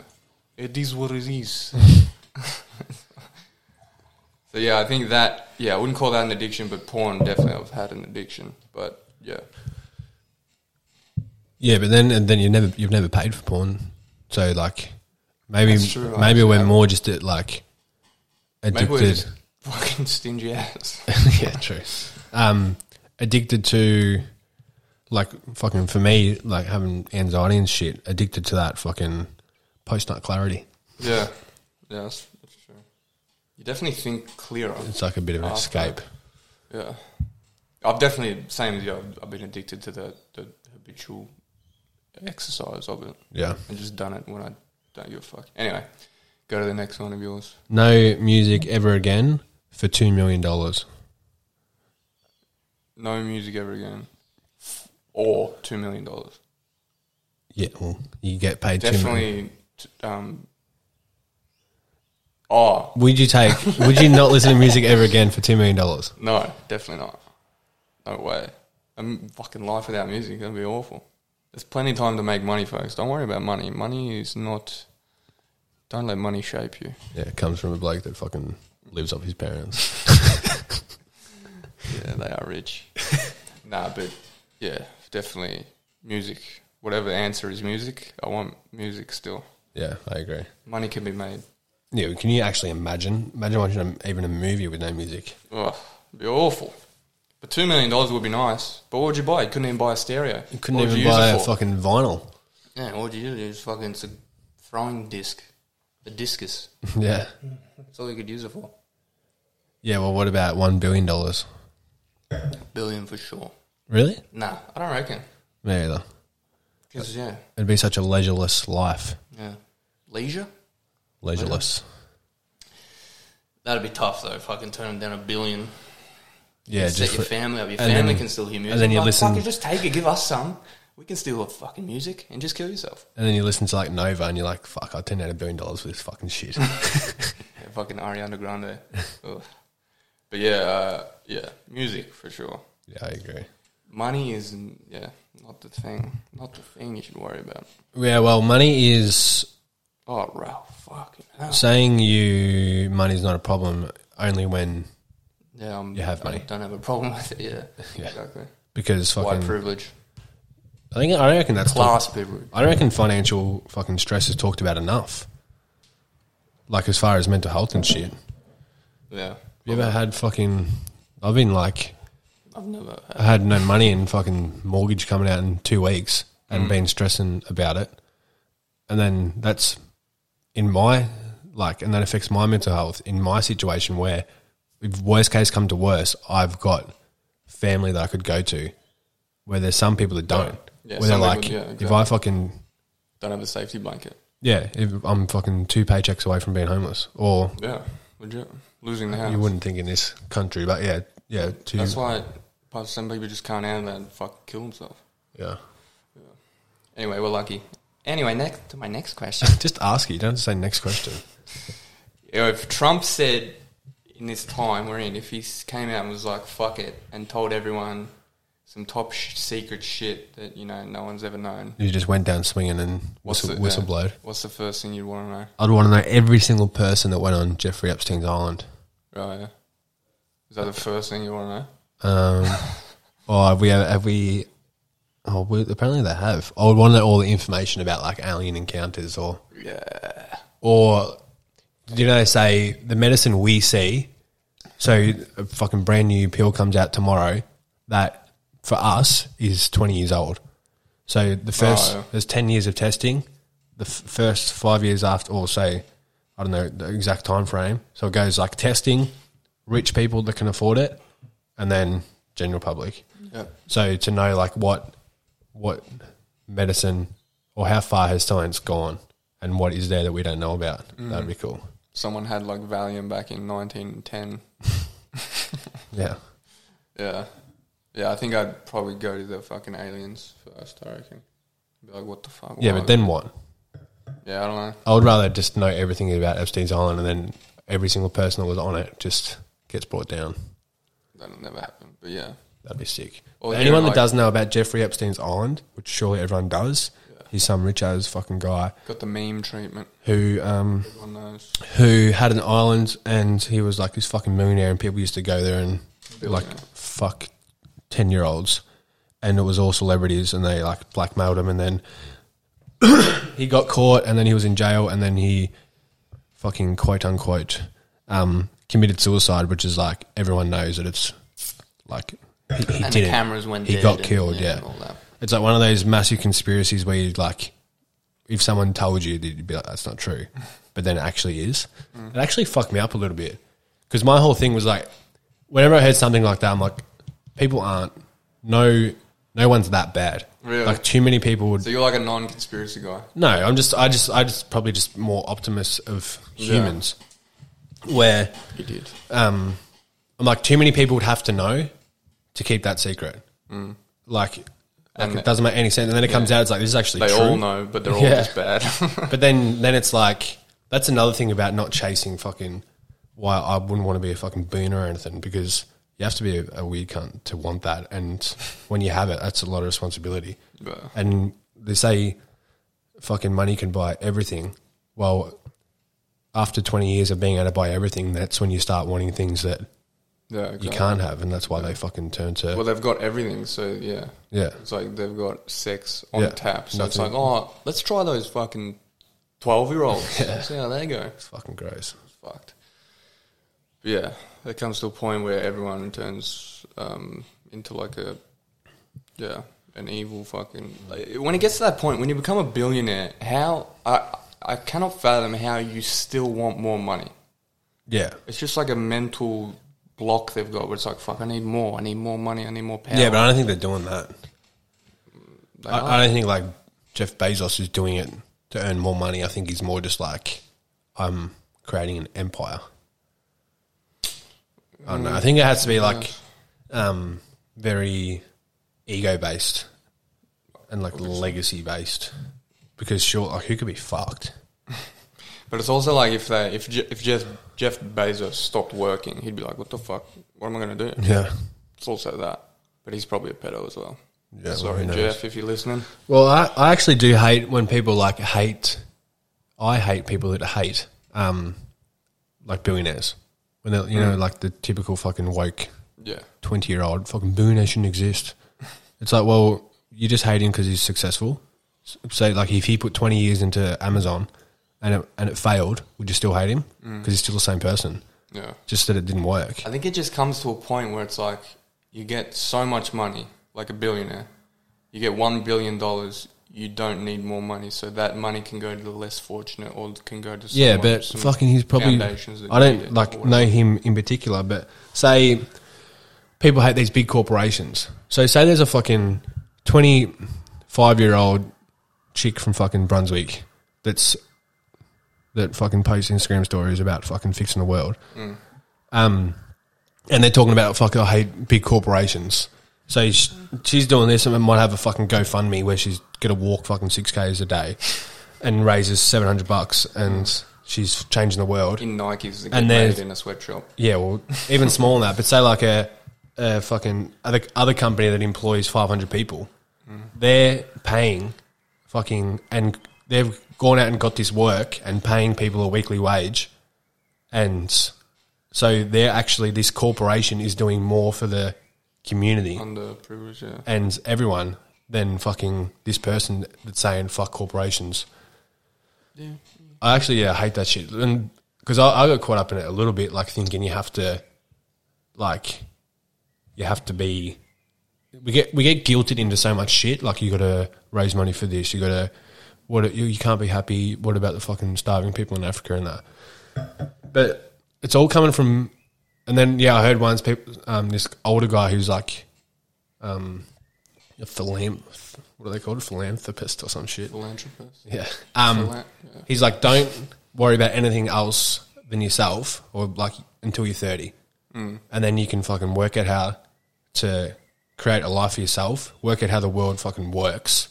Speaker 1: It is what it is. so yeah, I think that yeah, I wouldn't call that an addiction, but porn definitely I've had an addiction. But yeah,
Speaker 3: Yeah, but then and then you never you've never paid for porn, so like maybe
Speaker 1: That's true, I
Speaker 3: maybe we're
Speaker 1: haven't.
Speaker 3: more just at like
Speaker 1: maybe we're
Speaker 3: addicted.
Speaker 1: just fucking stingy ass.
Speaker 3: yeah, true. Um, addicted to like fucking for me like having anxiety and shit. Addicted to that fucking post nut clarity.
Speaker 1: yeah, yeah, that's, that's true. You definitely think clearer.
Speaker 3: It's like a bit of an
Speaker 1: Oh,
Speaker 3: escape.
Speaker 1: Yeah, I've definitely same as you. I've, I've been addicted to the, the habitual exercise of it,
Speaker 3: Yeah.
Speaker 1: and just done it when I don't give a fuck. Anyway, go to the next one of yours.
Speaker 3: No music ever again for two million dollars.
Speaker 1: No music ever again, or two million dollars.
Speaker 3: Yeah, well, you get paid two million.
Speaker 1: Definitely. t- Um, oh
Speaker 3: Would you take? would you not listen to music ever again for two million dollars?
Speaker 1: no, definitely not. No way. A m- fucking life without music that'd be awful. There's plenty of time to make money, folks. Don't worry about money. Money is not. Don't let money shape you.
Speaker 3: Yeah, it comes from a bloke that fucking lives off his parents.
Speaker 1: Yeah, they are rich. nah, but yeah, definitely music. Whatever the answer is music, I want music still.
Speaker 3: yeah, I agree.
Speaker 1: Money can be made.
Speaker 3: Yeah, can you actually imagine? Imagine watching a, even a movie with no music.
Speaker 1: Ugh, it'd be awful. But two million dollars would be nice. But what would you buy? You couldn't even buy a stereo.
Speaker 3: You couldn't
Speaker 1: What would
Speaker 3: even
Speaker 1: you use
Speaker 3: buy
Speaker 1: it
Speaker 3: a
Speaker 1: for?
Speaker 3: fucking vinyl.
Speaker 1: Yeah, what would you do? Use fucking it's a throwing disc, a discus.
Speaker 3: yeah.
Speaker 1: That's all you could use it for.
Speaker 3: Yeah, well, what about $1 billion?
Speaker 1: Billion for sure.
Speaker 3: Really?
Speaker 1: Nah, I don't reckon.
Speaker 3: Yeah.
Speaker 1: Because yeah,
Speaker 3: It'd be such a leisureless life.
Speaker 1: yeah, leisure.
Speaker 3: Leisureless.
Speaker 1: That'd be tough though. Fucking turn down a billion.
Speaker 3: Yeah,
Speaker 1: set
Speaker 3: just
Speaker 1: your
Speaker 3: for-
Speaker 1: family up. Your
Speaker 3: and
Speaker 1: family
Speaker 3: then-
Speaker 1: can still hear music.
Speaker 3: then you
Speaker 1: Like,
Speaker 3: listen-
Speaker 1: Fucking just take it. Give us some. We can steal the fucking music and just kill yourself.
Speaker 3: and then you listen to like Nova and you're like, fuck, I turned out a billion dollars for this fucking shit.
Speaker 1: Yeah, fucking Ariana Grande. Ugh. But yeah, uh, yeah, music for sure.
Speaker 3: yeah, I agree.
Speaker 1: Money is mm, yeah not the thing. Not the thing you should worry about.
Speaker 3: Yeah, well, money is
Speaker 1: Oh, Ralph, fucking hell.
Speaker 3: saying you money's not a problem only when,
Speaker 1: Yeah, I'm,
Speaker 3: You have money.
Speaker 1: I don't have a problem with it. Yeah,
Speaker 3: Yeah.
Speaker 1: exactly.
Speaker 3: because
Speaker 1: White
Speaker 3: fucking.
Speaker 1: privilege,
Speaker 3: I think I reckon that's talk-
Speaker 1: class privilege.
Speaker 3: I don't reckon financial fucking stress is talked about enough. Like as far as mental health and shit.
Speaker 1: Yeah,
Speaker 3: you ever had fucking? I've been like,
Speaker 1: I've never.
Speaker 3: I had no money and fucking mortgage coming out in two weeks and
Speaker 1: Mm.
Speaker 3: been stressing about it, and then that's in my like, and that affects my mental health in my situation where, if worst case come to worst, I've got family that I could go to, where there's some people that don't.
Speaker 1: Yeah,
Speaker 3: where they're
Speaker 1: some people-
Speaker 3: like,
Speaker 1: yeah,
Speaker 3: if
Speaker 1: exactly.
Speaker 3: I fucking
Speaker 1: Don't have a safety blanket.
Speaker 3: yeah, if I'm fucking two paychecks away from being homeless, or
Speaker 1: Yeah, legit. Losing the house.
Speaker 3: you wouldn't think in this country, but yeah, yeah, two,
Speaker 1: That's why part- some people just can't handle that and fucking kill themselves.
Speaker 3: yeah.
Speaker 1: Anyway, we're lucky. Anyway, next to my next question.
Speaker 3: Just ask it. You don't have to say next question.
Speaker 1: if Trump said in this time we're in, if he s- came out and was like, fuck it, and told everyone some top sh- secret shit that, you know, no one's ever known.
Speaker 3: You just went down swinging and whistle,
Speaker 1: the-
Speaker 3: whistle
Speaker 1: yeah,
Speaker 3: blowed.
Speaker 1: What's the first thing you'd want to know?
Speaker 3: I'd want to know every single person that went on Jeffrey Epstein's island.
Speaker 1: Right, Oh, yeah. Is that the first thing you want to know?
Speaker 3: Um, or have we? Have we? Oh, we, apparently they have. I would want to know all the information about like alien encounters or
Speaker 1: Yeah.
Speaker 3: or do you know they say the medicine we see so a fucking brand new pill comes out tomorrow that for us is 20 years old so the first
Speaker 1: Oh.
Speaker 3: there's 10 years of testing the f- first five years after or say i don't know the exact time frame so it goes like testing rich people that can afford it and then general public
Speaker 1: Yep.
Speaker 3: so to know like what what medicine or how far has science gone and what is there that we don't know about, that'd be
Speaker 1: Mm.
Speaker 3: cool.
Speaker 1: Someone had like Valium back in 1910.
Speaker 3: Yeah.
Speaker 1: Yeah. Yeah, I think I'd probably go to the fucking aliens first, I reckon. Be like, what the fuck?
Speaker 3: Yeah,
Speaker 1: Why?
Speaker 3: but then what?
Speaker 1: Yeah, I don't know.
Speaker 3: I would rather just know everything about Epstein's Island and then every single person that was on it just gets brought down.
Speaker 1: That'll never happen. But yeah.
Speaker 3: That'd be sick.
Speaker 1: Or
Speaker 3: But
Speaker 1: hear,
Speaker 3: anyone
Speaker 1: like-
Speaker 3: that does know about Jeffrey Epstein's Island, which surely everyone does, he's some rich ass fucking guy
Speaker 1: Got the meme treatment.
Speaker 3: who um,
Speaker 1: Everyone knows.
Speaker 3: who had an island and he was like this fucking millionaire and people used to go there and like fuck 10 year olds and it was all celebrities and they like blackmailed him and then he got caught and then he was in jail and then he fucking quote unquote um, committed suicide which is like everyone knows that it's like he, he
Speaker 1: And
Speaker 3: did
Speaker 1: the
Speaker 3: it.
Speaker 1: cameras went
Speaker 3: he
Speaker 1: dead
Speaker 3: got
Speaker 1: and,
Speaker 3: killed
Speaker 1: yeah,
Speaker 3: yeah,
Speaker 1: all that.
Speaker 3: it's like one of those massive conspiracies where you like if someone told you, that you'd be like, that's not true. But then it actually is. It actually fucked me up a little bit. Because my whole thing was like, whenever I heard something like that, I'm like, people aren't, no, no one's that bad.
Speaker 1: Really?
Speaker 3: Like too many people would.
Speaker 1: So you're like a non conspiracy guy.
Speaker 3: No, I'm just, I just, I just probably just more optimist of humans. Where
Speaker 1: You did.
Speaker 3: um, I'm like, too many people would have to know to keep that secret. Like, like
Speaker 1: Mm. And-
Speaker 3: it doesn't make any sense. And then it comes out, it's like, this is actually
Speaker 1: They
Speaker 3: true.
Speaker 1: all know, but they're all
Speaker 3: Yeah.
Speaker 1: just bad.
Speaker 3: But then, then it's like that's another thing about not chasing fucking. Why I wouldn't want to be a fucking booner or anything because you have to be a, a weird cunt to want that, and when you have it, that's a lot of responsibility.
Speaker 1: Yeah.
Speaker 3: And they say fucking money can buy everything. Well, after twenty years of being able to buy everything, that's when you start wanting things that
Speaker 1: yeah,
Speaker 3: you
Speaker 1: exactly.
Speaker 3: can't have, and that's why they fucking turn to
Speaker 1: Well, they've got everything, so yeah.
Speaker 3: yeah,
Speaker 1: It's like they've got sex on
Speaker 3: Yeah,
Speaker 1: tap. So it's like,
Speaker 3: nothing.
Speaker 1: oh, let's try those fucking 12 year olds. See how they go.
Speaker 3: it's fucking gross.
Speaker 1: fucked. But yeah, it comes to a point where everyone turns um, into like a yeah an evil fucking. like, when it gets to that point, when you become a billionaire, how I I cannot fathom how you still want more money.
Speaker 3: Yeah,
Speaker 1: It's just like a mental block they've got where it's like fuck, I need more, I need more money, I need more power.
Speaker 3: yeah, but I don't think they're doing that.
Speaker 1: They are.
Speaker 3: I, I don't think like Jeff Bezos is doing it to earn more money. I think he's more just like I'm creating an empire. I don't know. I think it has to be like um, very ego based and like legacy based because sure, like who could be fucked?
Speaker 1: But it's also like if they if Je- if Jeff Jeff Bezos stopped working, he'd be like, what the fuck? What am I gonna do?
Speaker 3: Yeah.
Speaker 1: It's also that, but he's probably a pedo as well.
Speaker 3: Yeah, well,
Speaker 1: Sorry,
Speaker 3: who knows?
Speaker 1: Jeff, if you're listening.
Speaker 3: Well, I, I actually do hate when people like hate. I hate people that hate, um, like billionaires. When they, you know, like the typical fucking woke
Speaker 1: Yeah,
Speaker 3: twenty year old fucking billionaire shouldn't exist. It's like, well, you just hate him because he's successful. S- So, like, if he put twenty years into Amazon and it, and it failed, would you still hate him because he's still the same person?
Speaker 1: Yeah.
Speaker 3: just that it didn't work.
Speaker 1: I think it just comes to a point where it's like you get so much money, like a billionaire. You get one billion dollars. You don't need more money, so that money can go to the less fortunate, or can go to
Speaker 3: Yeah,
Speaker 1: someone-
Speaker 3: but
Speaker 1: some
Speaker 3: fucking he's probably.
Speaker 1: foundations that
Speaker 3: I
Speaker 1: need it
Speaker 3: don't
Speaker 1: or
Speaker 3: like
Speaker 1: whatever.
Speaker 3: know him in particular, but say people hate these big corporations. So say there's a fucking twenty-five year old chick from fucking Brunswick that's that fucking posts Instagram stories about fucking fixing the world. Um, and they're talking about fuck. I hate big corporations. So sh- she's doing this, and we might have a fucking GoFundMe where she's gonna walk fucking six k's a day, and raises seven hundred bucks, and she's changing the world.
Speaker 1: in Nikes that get
Speaker 3: And
Speaker 1: made
Speaker 3: there's-
Speaker 1: in a sweatshop.
Speaker 3: Yeah, well, even smaller than that, but say like a, a fucking other, other company that employs 500 people, they're paying fucking, and they've gone out and got this work and paying people a weekly wage. And so they're actually, this corporation is doing more for the community
Speaker 1: Underprivileged, yeah.
Speaker 3: and everyone than fucking this person that's saying fuck corporations.
Speaker 1: Yeah.
Speaker 3: I actually yeah, hate that shit, and because I, I got caught up in it a little bit, like thinking you have to, like, you have to be. We get we get guilted into so much shit. Like you got to raise money for this. You got to what you, you can't be happy. What about the fucking starving people in Africa and that? But it's all coming from. And then yeah, I heard once people um, this older guy who's like, um, a philanth what are they called, philanthropist or some shit.
Speaker 1: Philanthropist.
Speaker 3: Yeah. Um,
Speaker 1: Philan- yeah.
Speaker 3: He's like, don't worry about anything else than yourself, or like until you're thirty,
Speaker 1: Mm.
Speaker 3: and then you can fucking work out how to create a life for yourself. Work out how the world fucking works,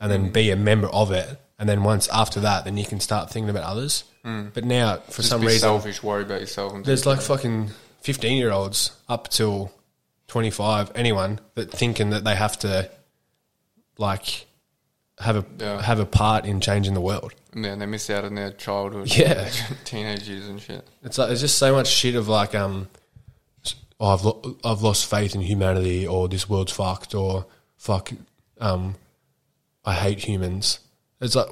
Speaker 3: and then be a member of it. And then once after that, then you can start thinking about others. But now, for
Speaker 1: Mm. Just
Speaker 3: some
Speaker 1: be
Speaker 3: reason,
Speaker 1: selfish, worry about yourself. And
Speaker 3: there's like fucking fifteen year olds up till twenty five. Anyone that thinking that they have to like have a
Speaker 1: Yeah.
Speaker 3: have a part in changing the world.
Speaker 1: and then they miss out on their childhood,
Speaker 3: Yeah.
Speaker 1: teenage years and shit.
Speaker 3: It's like, there's just so much shit of like, um, oh, I've lo- I've lost faith in humanity, or this world's fucked, or fuck, um, I hate humans. It's like,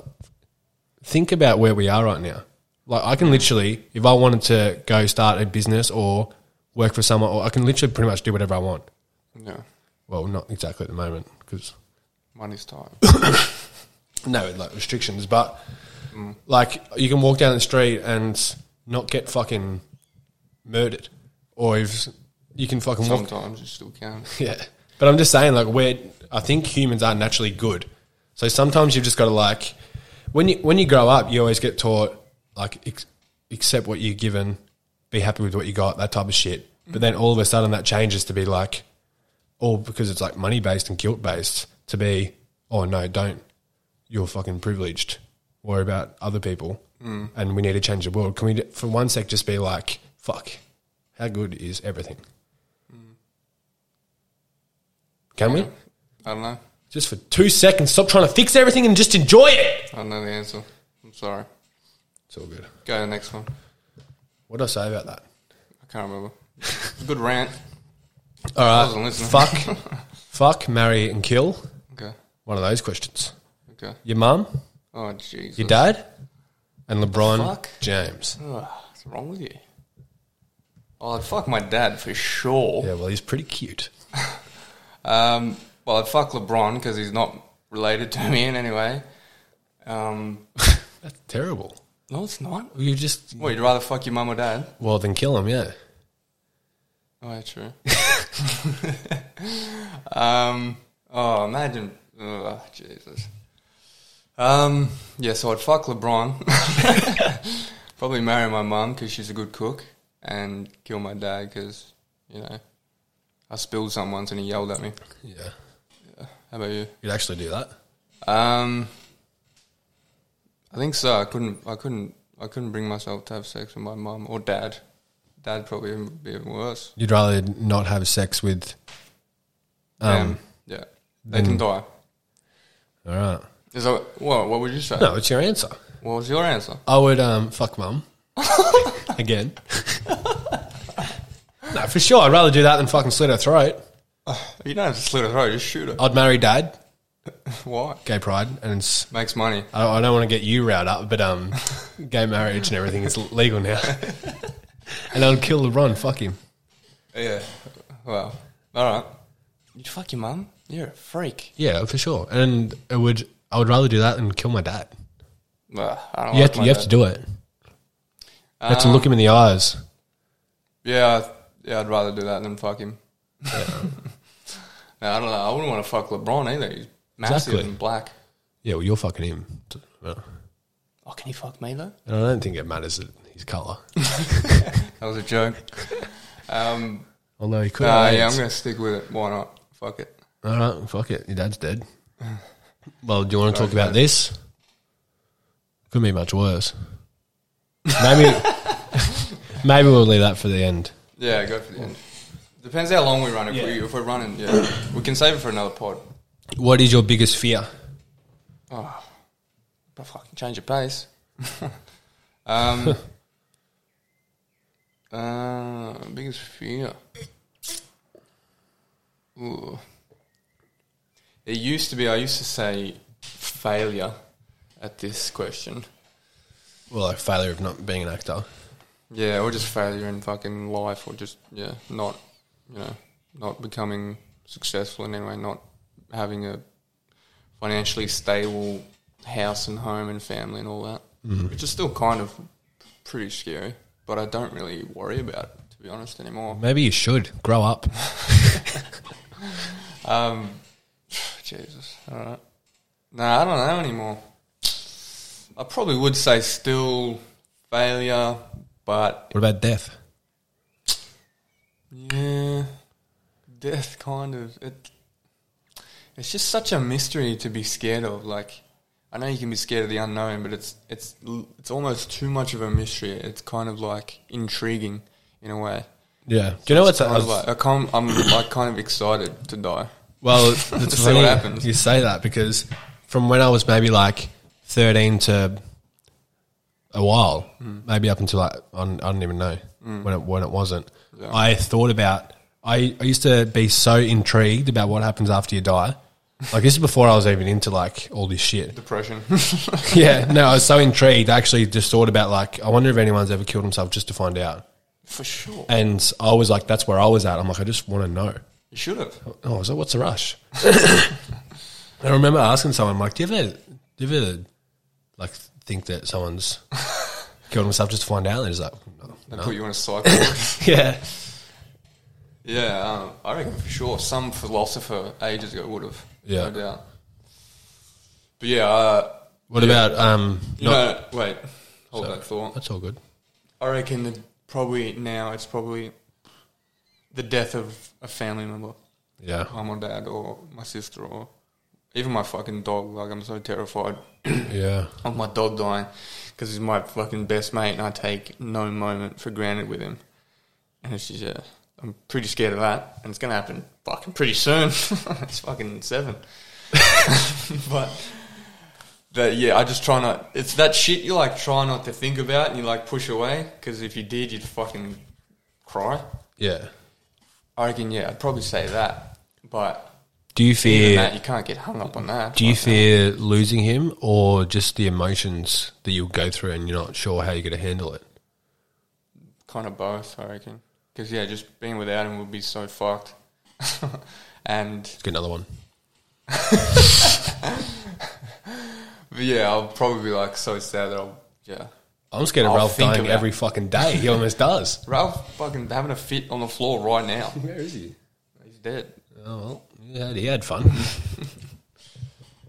Speaker 3: think about where we are right now. Like, I can literally, if I wanted to go start a business or work for someone, or I can literally pretty much do whatever I want.
Speaker 1: Yeah,
Speaker 3: Well, not exactly at the moment because
Speaker 1: money's tight.
Speaker 3: no like restrictions, but like you can walk down the street and not get fucking murdered, or if you can fucking walk.
Speaker 1: Sometimes you still can.
Speaker 3: Yeah, but I'm just saying, like, we're I think humans are naturally good, so sometimes you've just got to like when you when you grow up, you always get taught like ex- accept what you're given, be happy with what you got, that type of shit. But then all of a sudden, that changes to be like, all because it's like money based and guilt based to be, oh no, don't you're fucking privileged. Worry about other people, and we need to change the world. Can we, d- for one sec, just be like, fuck, how good is everything? Can we?
Speaker 1: I don't know.
Speaker 3: Just for two seconds, stop trying to fix everything and just enjoy it.
Speaker 1: I don't know the answer. I'm sorry.
Speaker 3: It's all good.
Speaker 1: Go to the next one.
Speaker 3: What did I say about that?
Speaker 1: I can't remember. It's a good rant.
Speaker 3: All
Speaker 1: I
Speaker 3: right.
Speaker 1: wasn't listening.
Speaker 3: Fuck, fuck, marry, and kill.
Speaker 1: Okay.
Speaker 3: One of those questions.
Speaker 1: Okay.
Speaker 3: Your mum,
Speaker 1: Oh, jeez.
Speaker 3: your dad, and LeBron
Speaker 1: Fuck.
Speaker 3: James.
Speaker 1: Ugh, What's wrong with you? Oh, I'd fuck my dad for sure.
Speaker 3: Yeah, well, he's pretty cute.
Speaker 1: Um, well, I'd fuck LeBron because he's not related to me in any way. Um,
Speaker 3: That's terrible.
Speaker 1: no, it's not.
Speaker 3: You just
Speaker 1: Well, you'd rather fuck your mum or dad?
Speaker 3: well then kill him. Yeah.
Speaker 1: Oh, yeah, true. um, oh, imagine. Oh, Jesus. Um, yeah, so I'd fuck LeBron. Probably marry my mum because she's a good cook and kill my dad because, you know, I spilled some once and he yelled at me.
Speaker 3: Yeah.
Speaker 1: How about you?
Speaker 3: You'd actually do that.
Speaker 1: Um, I think so. I couldn't. I couldn't. I couldn't bring myself to have sex with my mum or dad. Dad probably would be even worse.
Speaker 3: You'd rather not have sex with.
Speaker 1: Um, yeah, they can
Speaker 3: then-
Speaker 1: die.
Speaker 3: All right.
Speaker 1: Is that what? What would you say?
Speaker 3: No, it's your answer.
Speaker 1: What was your answer?
Speaker 3: I would um fuck mum. Again. no, for sure. I'd rather do that than fucking slit her throat.
Speaker 1: You don't have to slit her throat. Just shoot her.
Speaker 3: I'd marry dad.
Speaker 1: Why?
Speaker 3: Gay pride, and it's.
Speaker 1: Makes money.
Speaker 3: I don't, I don't want to get you riled up, but um, gay marriage and everything is legal now. and I'll kill LeBron. Fuck him.
Speaker 1: Yeah. Well, all right. You'd fuck your mum? You're a freak.
Speaker 3: Yeah, for sure. And it would. I would rather do that than kill my dad.
Speaker 1: Well, I don't
Speaker 3: You have to. You have to do it. You have to look him in the eyes.
Speaker 1: Yeah, I, yeah, I'd rather do that than fuck him. no, I don't know. I wouldn't want to fuck LeBron either. He's massive
Speaker 3: Exactly.
Speaker 1: and black.
Speaker 3: Yeah, well, you're fucking him. Well,
Speaker 1: Oh, can he fuck me though?
Speaker 3: And I don't think it matters that his color.
Speaker 1: That was a joke. um,
Speaker 3: Although he could.
Speaker 1: nah,
Speaker 3: have
Speaker 1: yeah, I'm
Speaker 3: AIDS.
Speaker 1: going to stick with it. Why not? Fuck it.
Speaker 3: All right, fuck it. Your dad's dead. Well, do you want to talk about this? Couldn't be much worse. Maybe, maybe we'll leave that for the end.
Speaker 1: Yeah, go for the end. Depends how long we run. If, we, if we're running, yeah, we can save it for another pod.
Speaker 3: What is your biggest fear?
Speaker 1: Oh, But fucking change your pace. um, uh, biggest fear. Ooh. It used to be, I used to say failure at this question.
Speaker 3: Well, like failure of not being an actor.
Speaker 1: Yeah, or just failure in fucking life, or just, yeah, not, you know, not becoming successful in any way, not having a financially stable house and home and family and all that, which is still kind of pretty scary, but I don't really worry about it, to be honest, anymore.
Speaker 3: Maybe you should grow up.
Speaker 1: Um, Jesus, all right. No, I don't know anymore. I probably would say still failure, but
Speaker 3: What about death?
Speaker 1: Yeah, death kind of it. It's just such a mystery to be scared of. Like, I know you can be scared of the unknown, but it's it's l- it's almost too much of a mystery. It's kind of like intriguing in a way.
Speaker 3: Yeah. Do you know what's
Speaker 1: I was like, I can't, I'm like kind of excited to die.
Speaker 3: Well, that's
Speaker 1: see what
Speaker 3: funny
Speaker 1: happens.
Speaker 3: You say that because from when I was maybe like thirteen to a while,
Speaker 1: Hmm.
Speaker 3: maybe up until like I don't, I don't even know when it when it wasn't. I thought about. I, I used to be so intrigued about what happens after you die. Like this is before I was even into like all this shit.
Speaker 1: Depression.
Speaker 3: yeah, no, I was so intrigued. I actually just thought about like I wonder if anyone's ever killed himself just to find out.
Speaker 1: For sure.
Speaker 3: And I was like, that's where I was at. I'm like, I just want to know.
Speaker 1: You should have.
Speaker 3: Oh, I was like, what's the rush? I remember asking someone, like, do you ever, do you ever, like, think that someone's killed himself just to find out? And he's like, no.
Speaker 1: They put you in a cycle.
Speaker 3: Yeah.
Speaker 1: Yeah, um, I reckon for sure. Some philosopher ages ago would have.
Speaker 3: Yeah.
Speaker 1: No doubt. But yeah, uh,
Speaker 3: What about, um,
Speaker 1: you
Speaker 3: not-
Speaker 1: know, wait, hold that thought.
Speaker 3: that's all good.
Speaker 1: I reckon that probably now it's probably the death of a family member,
Speaker 3: Yeah.
Speaker 1: my mum or dad or my sister or even my fucking dog. Like, I'm so terrified
Speaker 3: Yeah.
Speaker 1: of my dog dying because he's my fucking best mate and I take no moment for granted with him. And it's just, yeah, I'm pretty scared of that. And it's going to happen fucking pretty soon. it's fucking seven. but, that, yeah, I just try not, it's that shit you like try not to think about and you like push away because if you did, you'd fucking cry.
Speaker 3: Yeah.
Speaker 1: I reckon, yeah, I'd probably say that. But
Speaker 3: Do you
Speaker 1: even
Speaker 3: fear,
Speaker 1: that, you can't get hung up on that.
Speaker 3: do you
Speaker 1: Like,
Speaker 3: fear losing him or just the emotions that you'll go through and you're not sure how you're going to handle it?
Speaker 1: kind of both, I reckon. Because yeah, just being without him would be so fucked. and
Speaker 3: Let's get another one.
Speaker 1: but yeah, I'll probably be like so sad that I'll yeah.
Speaker 3: I'm scared of
Speaker 1: I'll
Speaker 3: Ralph
Speaker 1: think
Speaker 3: dying
Speaker 1: about-
Speaker 3: every fucking day. He almost does.
Speaker 1: Ralph fucking having a fit on the floor right now.
Speaker 3: Where is he?
Speaker 1: He's dead.
Speaker 3: Oh, well, he had, he had fun.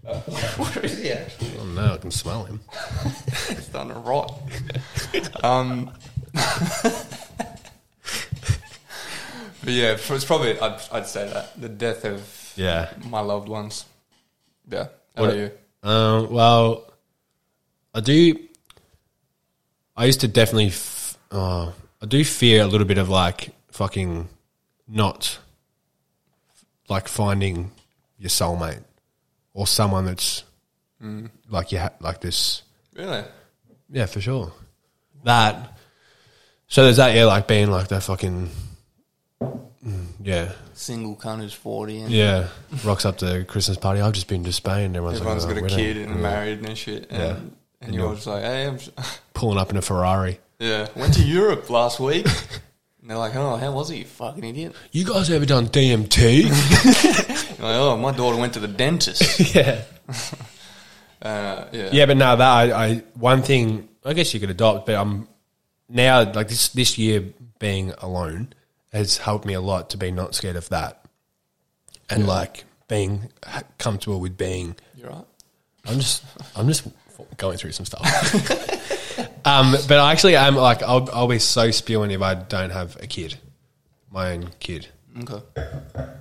Speaker 1: Where is he actually?
Speaker 3: Oh no, I can smell him.
Speaker 1: He's done a rot. um. but yeah, it's probably I'd, I'd say that the death of
Speaker 3: Yeah.
Speaker 1: my loved ones. Yeah. How
Speaker 3: What-
Speaker 1: about you?
Speaker 3: Um, well, I do. I used to definitely. F- oh, I do fear a little bit of like fucking not like finding your soulmate or someone that's
Speaker 1: Mm.
Speaker 3: like you ha- like this.
Speaker 1: Really?
Speaker 3: Yeah, for sure. That. So there's that. Yeah, like being like that fucking. mm, Yeah,
Speaker 1: Single cunt who's forty and
Speaker 3: yeah. Rocks up to Christmas party. I've just been to Spain. Everyone's, like,
Speaker 1: Everyone's
Speaker 3: "Oh,
Speaker 1: got a
Speaker 3: we're not-
Speaker 1: kid and
Speaker 3: yeah."
Speaker 1: married and shit. And,
Speaker 3: Yeah.
Speaker 1: and you're just like, hey, I'm s-
Speaker 3: pulling up in a Ferrari.
Speaker 1: Yeah, went to Europe last week. And they're like, oh, how was it, you fucking idiot?
Speaker 3: You guys ever done DMT?
Speaker 1: You're like, oh, my daughter went to the dentist.
Speaker 3: yeah.
Speaker 1: Uh, yeah.
Speaker 3: Yeah, but no, that I, I one thing I guess you could adopt, but I'm now like this this year being alone has helped me a lot to be not scared of that, and like being h- comfortable with being.
Speaker 1: You're right.
Speaker 3: I'm just I'm just going through some stuff. um, but I actually am like I'll I'll be so spewing if I don't have a kid, my own kid.
Speaker 1: Okay.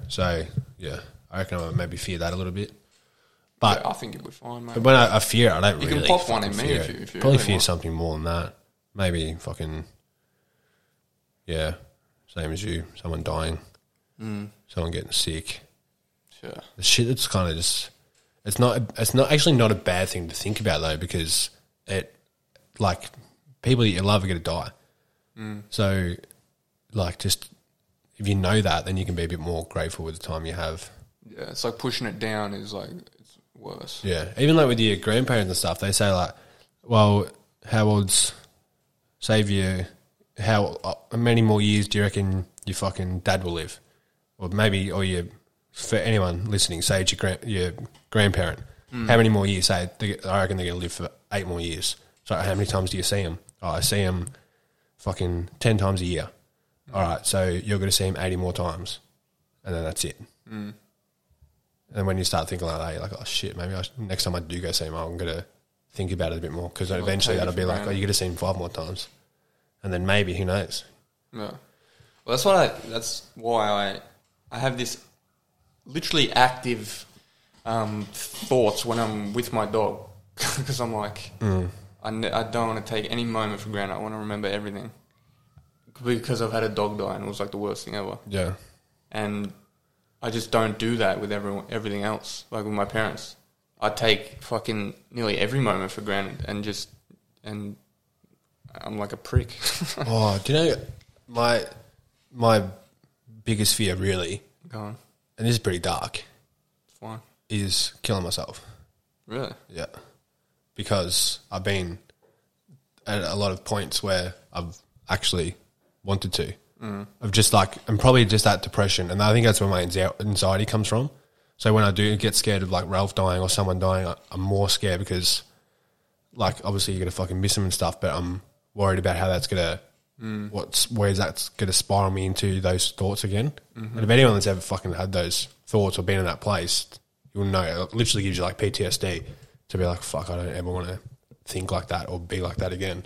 Speaker 3: So yeah, I reckon I might maybe fear that a little bit, but.
Speaker 1: I think you'll be fine, mate.
Speaker 3: But when I, I fear, it, I don't
Speaker 1: You can
Speaker 3: really.
Speaker 1: pop one in
Speaker 3: fucking
Speaker 1: me
Speaker 3: fear
Speaker 1: if
Speaker 3: it.
Speaker 1: you- if you
Speaker 3: Probably
Speaker 1: really
Speaker 3: fear
Speaker 1: want.
Speaker 3: something more than that. Maybe fucking. Yeah, same as you. Someone dying.
Speaker 1: Hmm.
Speaker 3: Someone getting sick.
Speaker 1: Sure.
Speaker 3: The shit that's kind of just. It's not. It's not actually not a bad thing to think about though, because it, like, people that you love are going to die.
Speaker 1: Hmm.
Speaker 3: So, like, just if you know that, then you can be a bit more grateful with the time you have.
Speaker 1: Yeah, it's like pushing it down is like, it's worse.
Speaker 3: Yeah, even like with your grandparents and stuff, they say like, "Well, how old's save you? How uh, many more years do you reckon your fucking dad will live, or maybe or your for anyone listening, say it's your grand, your grandparent, how many more years? Say they, I reckon they're gonna live for eight more years. So how many times do you see them? Oh, I see them fucking ten times a year. All right, so you're gonna see him eighty more times, and then that's it. And when you start thinking like that, you're like, oh shit, maybe I should, next time I do go see him, I'm gonna think about it a bit more because eventually
Speaker 1: take it
Speaker 3: that'll
Speaker 1: for
Speaker 3: be like, oh,
Speaker 1: granted.
Speaker 3: you got to see him five more times, and then maybe who knows?
Speaker 1: Yeah. Well, that's what I, that's why I, I have this literally active um, thoughts when I'm with my dog. Because I'm like, I, ne- I don't want to take any moment for granted. I want to remember everything. Because I've had a dog die and it was like the worst thing ever.
Speaker 3: Yeah,
Speaker 1: and I just don't do that with everyone, everything else. Like with my parents, I take fucking nearly every moment for granted, and just and I'm like a prick.
Speaker 3: Oh, do you know my my biggest fear really,
Speaker 1: Go on,
Speaker 3: and this is pretty dark,
Speaker 1: it's fine.
Speaker 3: is killing myself.
Speaker 1: Really?
Speaker 3: Yeah, because I've been at a lot of points where I've actually wanted to. Mm. I've just like, and probably just that depression, and I think that's where my anxie- anxiety comes from. So when I do get scared of like Ralph dying or someone dying, I, I'm more scared because, like, obviously you're gonna fucking miss him and stuff, but I'm worried about how that's gonna. What's where's that's going to spiral me into those thoughts again? And if anyone that's ever fucking had those thoughts or been in that place, you'll know. It literally gives you like PTSD to be like, fuck, I don't ever want to think like that or be like that again.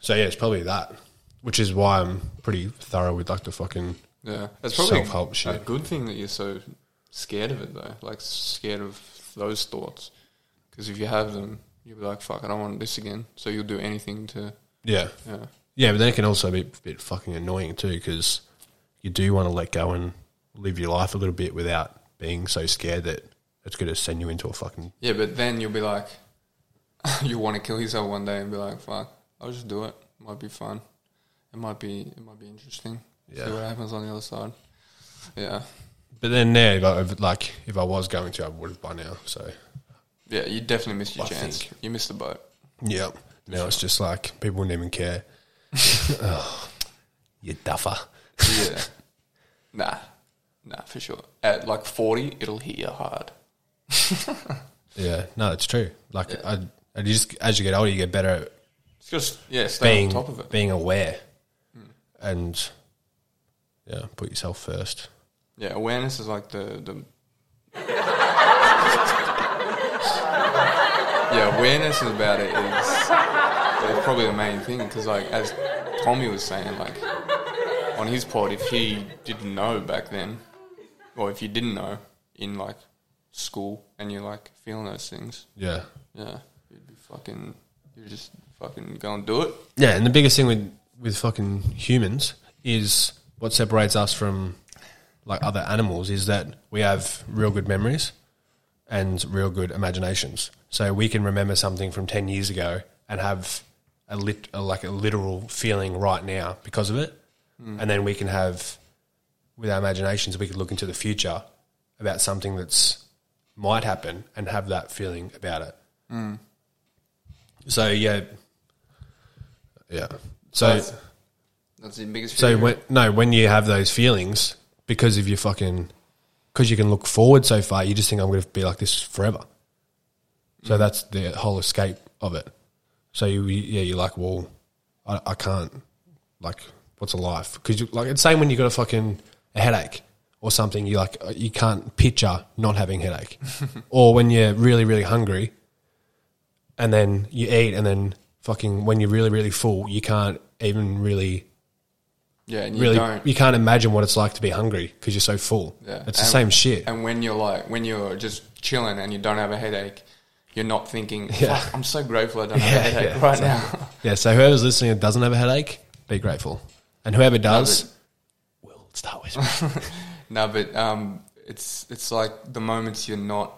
Speaker 3: So yeah, it's probably that, which is why I'm pretty thorough with like the fucking
Speaker 1: Yeah, that's probably
Speaker 3: Self-help
Speaker 1: a
Speaker 3: shit.
Speaker 1: good thing that you're so scared of it, though. Like scared of those thoughts, because if you have them, you'll be like, "Fuck, I don't want this again." So you'll do anything to.
Speaker 3: yeah,
Speaker 1: Yeah,
Speaker 3: yeah. But then it can also be a bit fucking annoying too because you do want to let go and live your life a little bit without being so scared that it's going to send you into a fucking
Speaker 1: yeah, but then you'll be like, you want to kill yourself one day and be like, "Fuck, I'll just do it. Might be fun. It might be it might be interesting.
Speaker 3: Yeah.
Speaker 1: See what happens on the other side." Yeah,
Speaker 3: But then there, if I, if, like if I was going to, I would have by now. So
Speaker 1: yeah, you definitely missed your
Speaker 3: I
Speaker 1: chance.
Speaker 3: think-
Speaker 1: You missed the boat.
Speaker 3: yeah, now it's just like people wouldn't even care. oh, you duffer.
Speaker 1: Yeah, nah, nah, for sure. At like forty, it'll hit you hard.
Speaker 3: Yeah, no, it's true. Like I, I just as you get older, you get better at
Speaker 1: It's just yeah, stay
Speaker 3: being
Speaker 1: on top of it. Hmm.
Speaker 3: being aware, and yeah, put yourself first.
Speaker 1: Yeah, awareness is like the the. yeah, awareness about it is is probably the main thing because, like, as Tommy was saying, like on his pod, if he didn't know back then, or if you didn't know in like school, and you're like feeling those things,
Speaker 3: Yeah,
Speaker 1: yeah, you'd be fucking, you just fucking go and do it.
Speaker 3: yeah. And the biggest thing with with fucking humans is what separates us from like other animals is that we have real good memories. and real good imaginations. So we can remember something from ten years ago and have a lit, a, like a literal feeling right now because of it, and then we can have with our imaginations we could look into the future about something that's might happen and have that feeling about it. So yeah, Yeah. So
Speaker 1: That's- That's the biggest.
Speaker 3: so
Speaker 1: fear.
Speaker 3: when no when you have those feelings because of your fucking because you can look forward so far, you just think I'm going to be like this forever. So that's the whole escape of it. So you you- yeah you're like well I, I can't like what's a life because like it's same when you got a fucking a headache or something you like uh, you can't picture not having headache or when you're really really hungry and then you eat and then fucking when you're really really full you can't even really
Speaker 1: yeah, and you
Speaker 3: really
Speaker 1: don't.
Speaker 3: you can't imagine what it's like to be hungry because you're so full.
Speaker 1: Yeah.
Speaker 3: It's the
Speaker 1: And-
Speaker 3: same shit.
Speaker 1: And when you're like, when you're just chilling and you don't have a headache, you're not thinking,
Speaker 3: Yeah.
Speaker 1: Fuck, I'm so grateful I don't
Speaker 3: Yeah,
Speaker 1: have a headache
Speaker 3: yeah,
Speaker 1: right
Speaker 3: exactly.
Speaker 1: now.
Speaker 3: yeah, so whoever's listening and doesn't have a headache, be grateful. And whoever does,
Speaker 1: but-
Speaker 3: will start with
Speaker 1: no, but um, it's it's like the moments you're not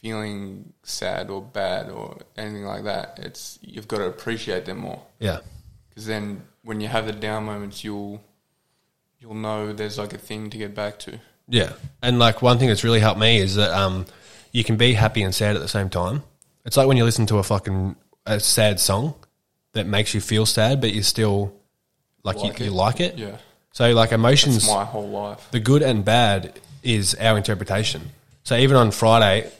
Speaker 1: feeling sad or bad or anything like that. It's you've got to appreciate them more
Speaker 3: Yeah.
Speaker 1: because then when you have the down moments, you'll you'll know there's like a thing to get back to.
Speaker 3: Yeah. And like one thing that's really helped me is that um you can be happy and sad at the same time. It's like when you listen to a fucking a sad song that makes you feel sad but you still like,
Speaker 1: Like
Speaker 3: you,
Speaker 1: it.
Speaker 3: you like it.
Speaker 1: Yeah,
Speaker 3: So like emotions
Speaker 1: it's my whole life.
Speaker 3: the good and bad is our interpretation. So even on Friday,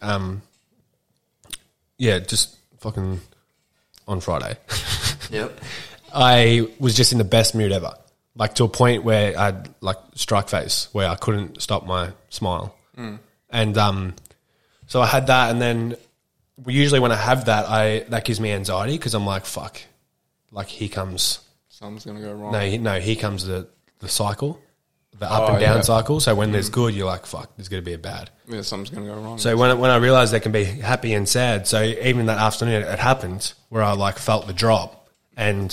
Speaker 3: um, yeah, just fucking on Friday,
Speaker 1: Yep.
Speaker 3: I was just in the best mood ever. Like to a point where I'd like strike face, where I couldn't stop my smile. And um, so I had that, and then usually when I have that, I that gives me anxiety because I'm like, fuck, like here comes
Speaker 1: Something's gonna go wrong.
Speaker 3: no, he, no, here comes the, the cycle, the up
Speaker 1: Oh,
Speaker 3: and down
Speaker 1: yeah.
Speaker 3: cycle. So when there's good, you're like, fuck, there's going to be a bad.
Speaker 1: Yeah, something's gonna go wrong.
Speaker 3: Mm. So when, I- when I realized there can be happy and sad, so even that afternoon, it, it happened where I like felt the drop. And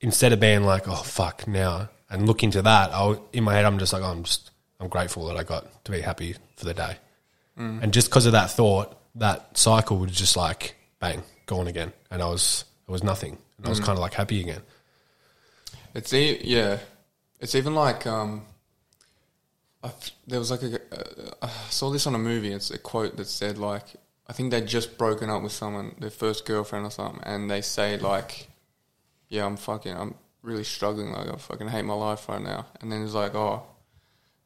Speaker 3: instead of being like, oh, fuck, now, and looking to that, I, in my head, I'm just like, oh, I'm just, I'm grateful that I got to be happy for the day. And just because of that thought, that cycle was just like, bang, gone again. And I was, it was nothing. And I was kind of like happy again.
Speaker 1: It's e- yeah, it's even like um, I, there was like a uh, I saw this on a movie. It's a quote that said like I think they'd just broken up with someone, their first girlfriend or something, and they say like, "Yeah, I'm fucking, I'm really struggling. Like I fucking hate my life right now." And then it's like, "Oh,"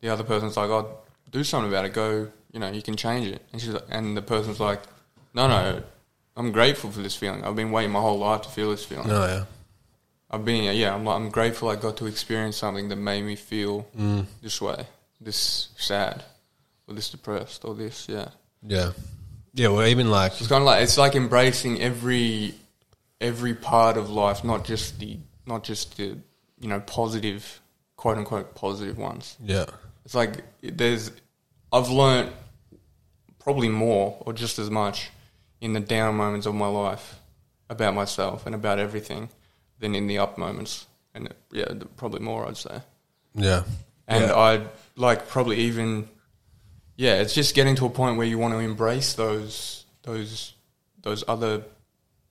Speaker 1: the other person's like, "Oh, do something about it. Go, you know, you can change it." And she's like, and the person's like, "No, no." I'm grateful for this feeling. I've been waiting my whole life to feel this feeling.
Speaker 3: Oh, yeah.
Speaker 1: I've been yeah. I'm like, I'm grateful I got to experience something that made me feel this way, this sad, or this depressed, or this yeah.
Speaker 3: Yeah. Yeah, well, even like,
Speaker 1: It's kind of like it's like embracing every every part of life, not just the not just the you know positive quote unquote positive ones.
Speaker 3: yeah.
Speaker 1: It's like there's I've learnt probably more or just as much in the down moments of my life about myself and about everything than in the up moments. And yeah, th- probably more I'd say.
Speaker 3: Yeah.
Speaker 1: And
Speaker 3: yeah.
Speaker 1: I'd like probably even yeah, it's just getting to a point where you want to embrace those those those other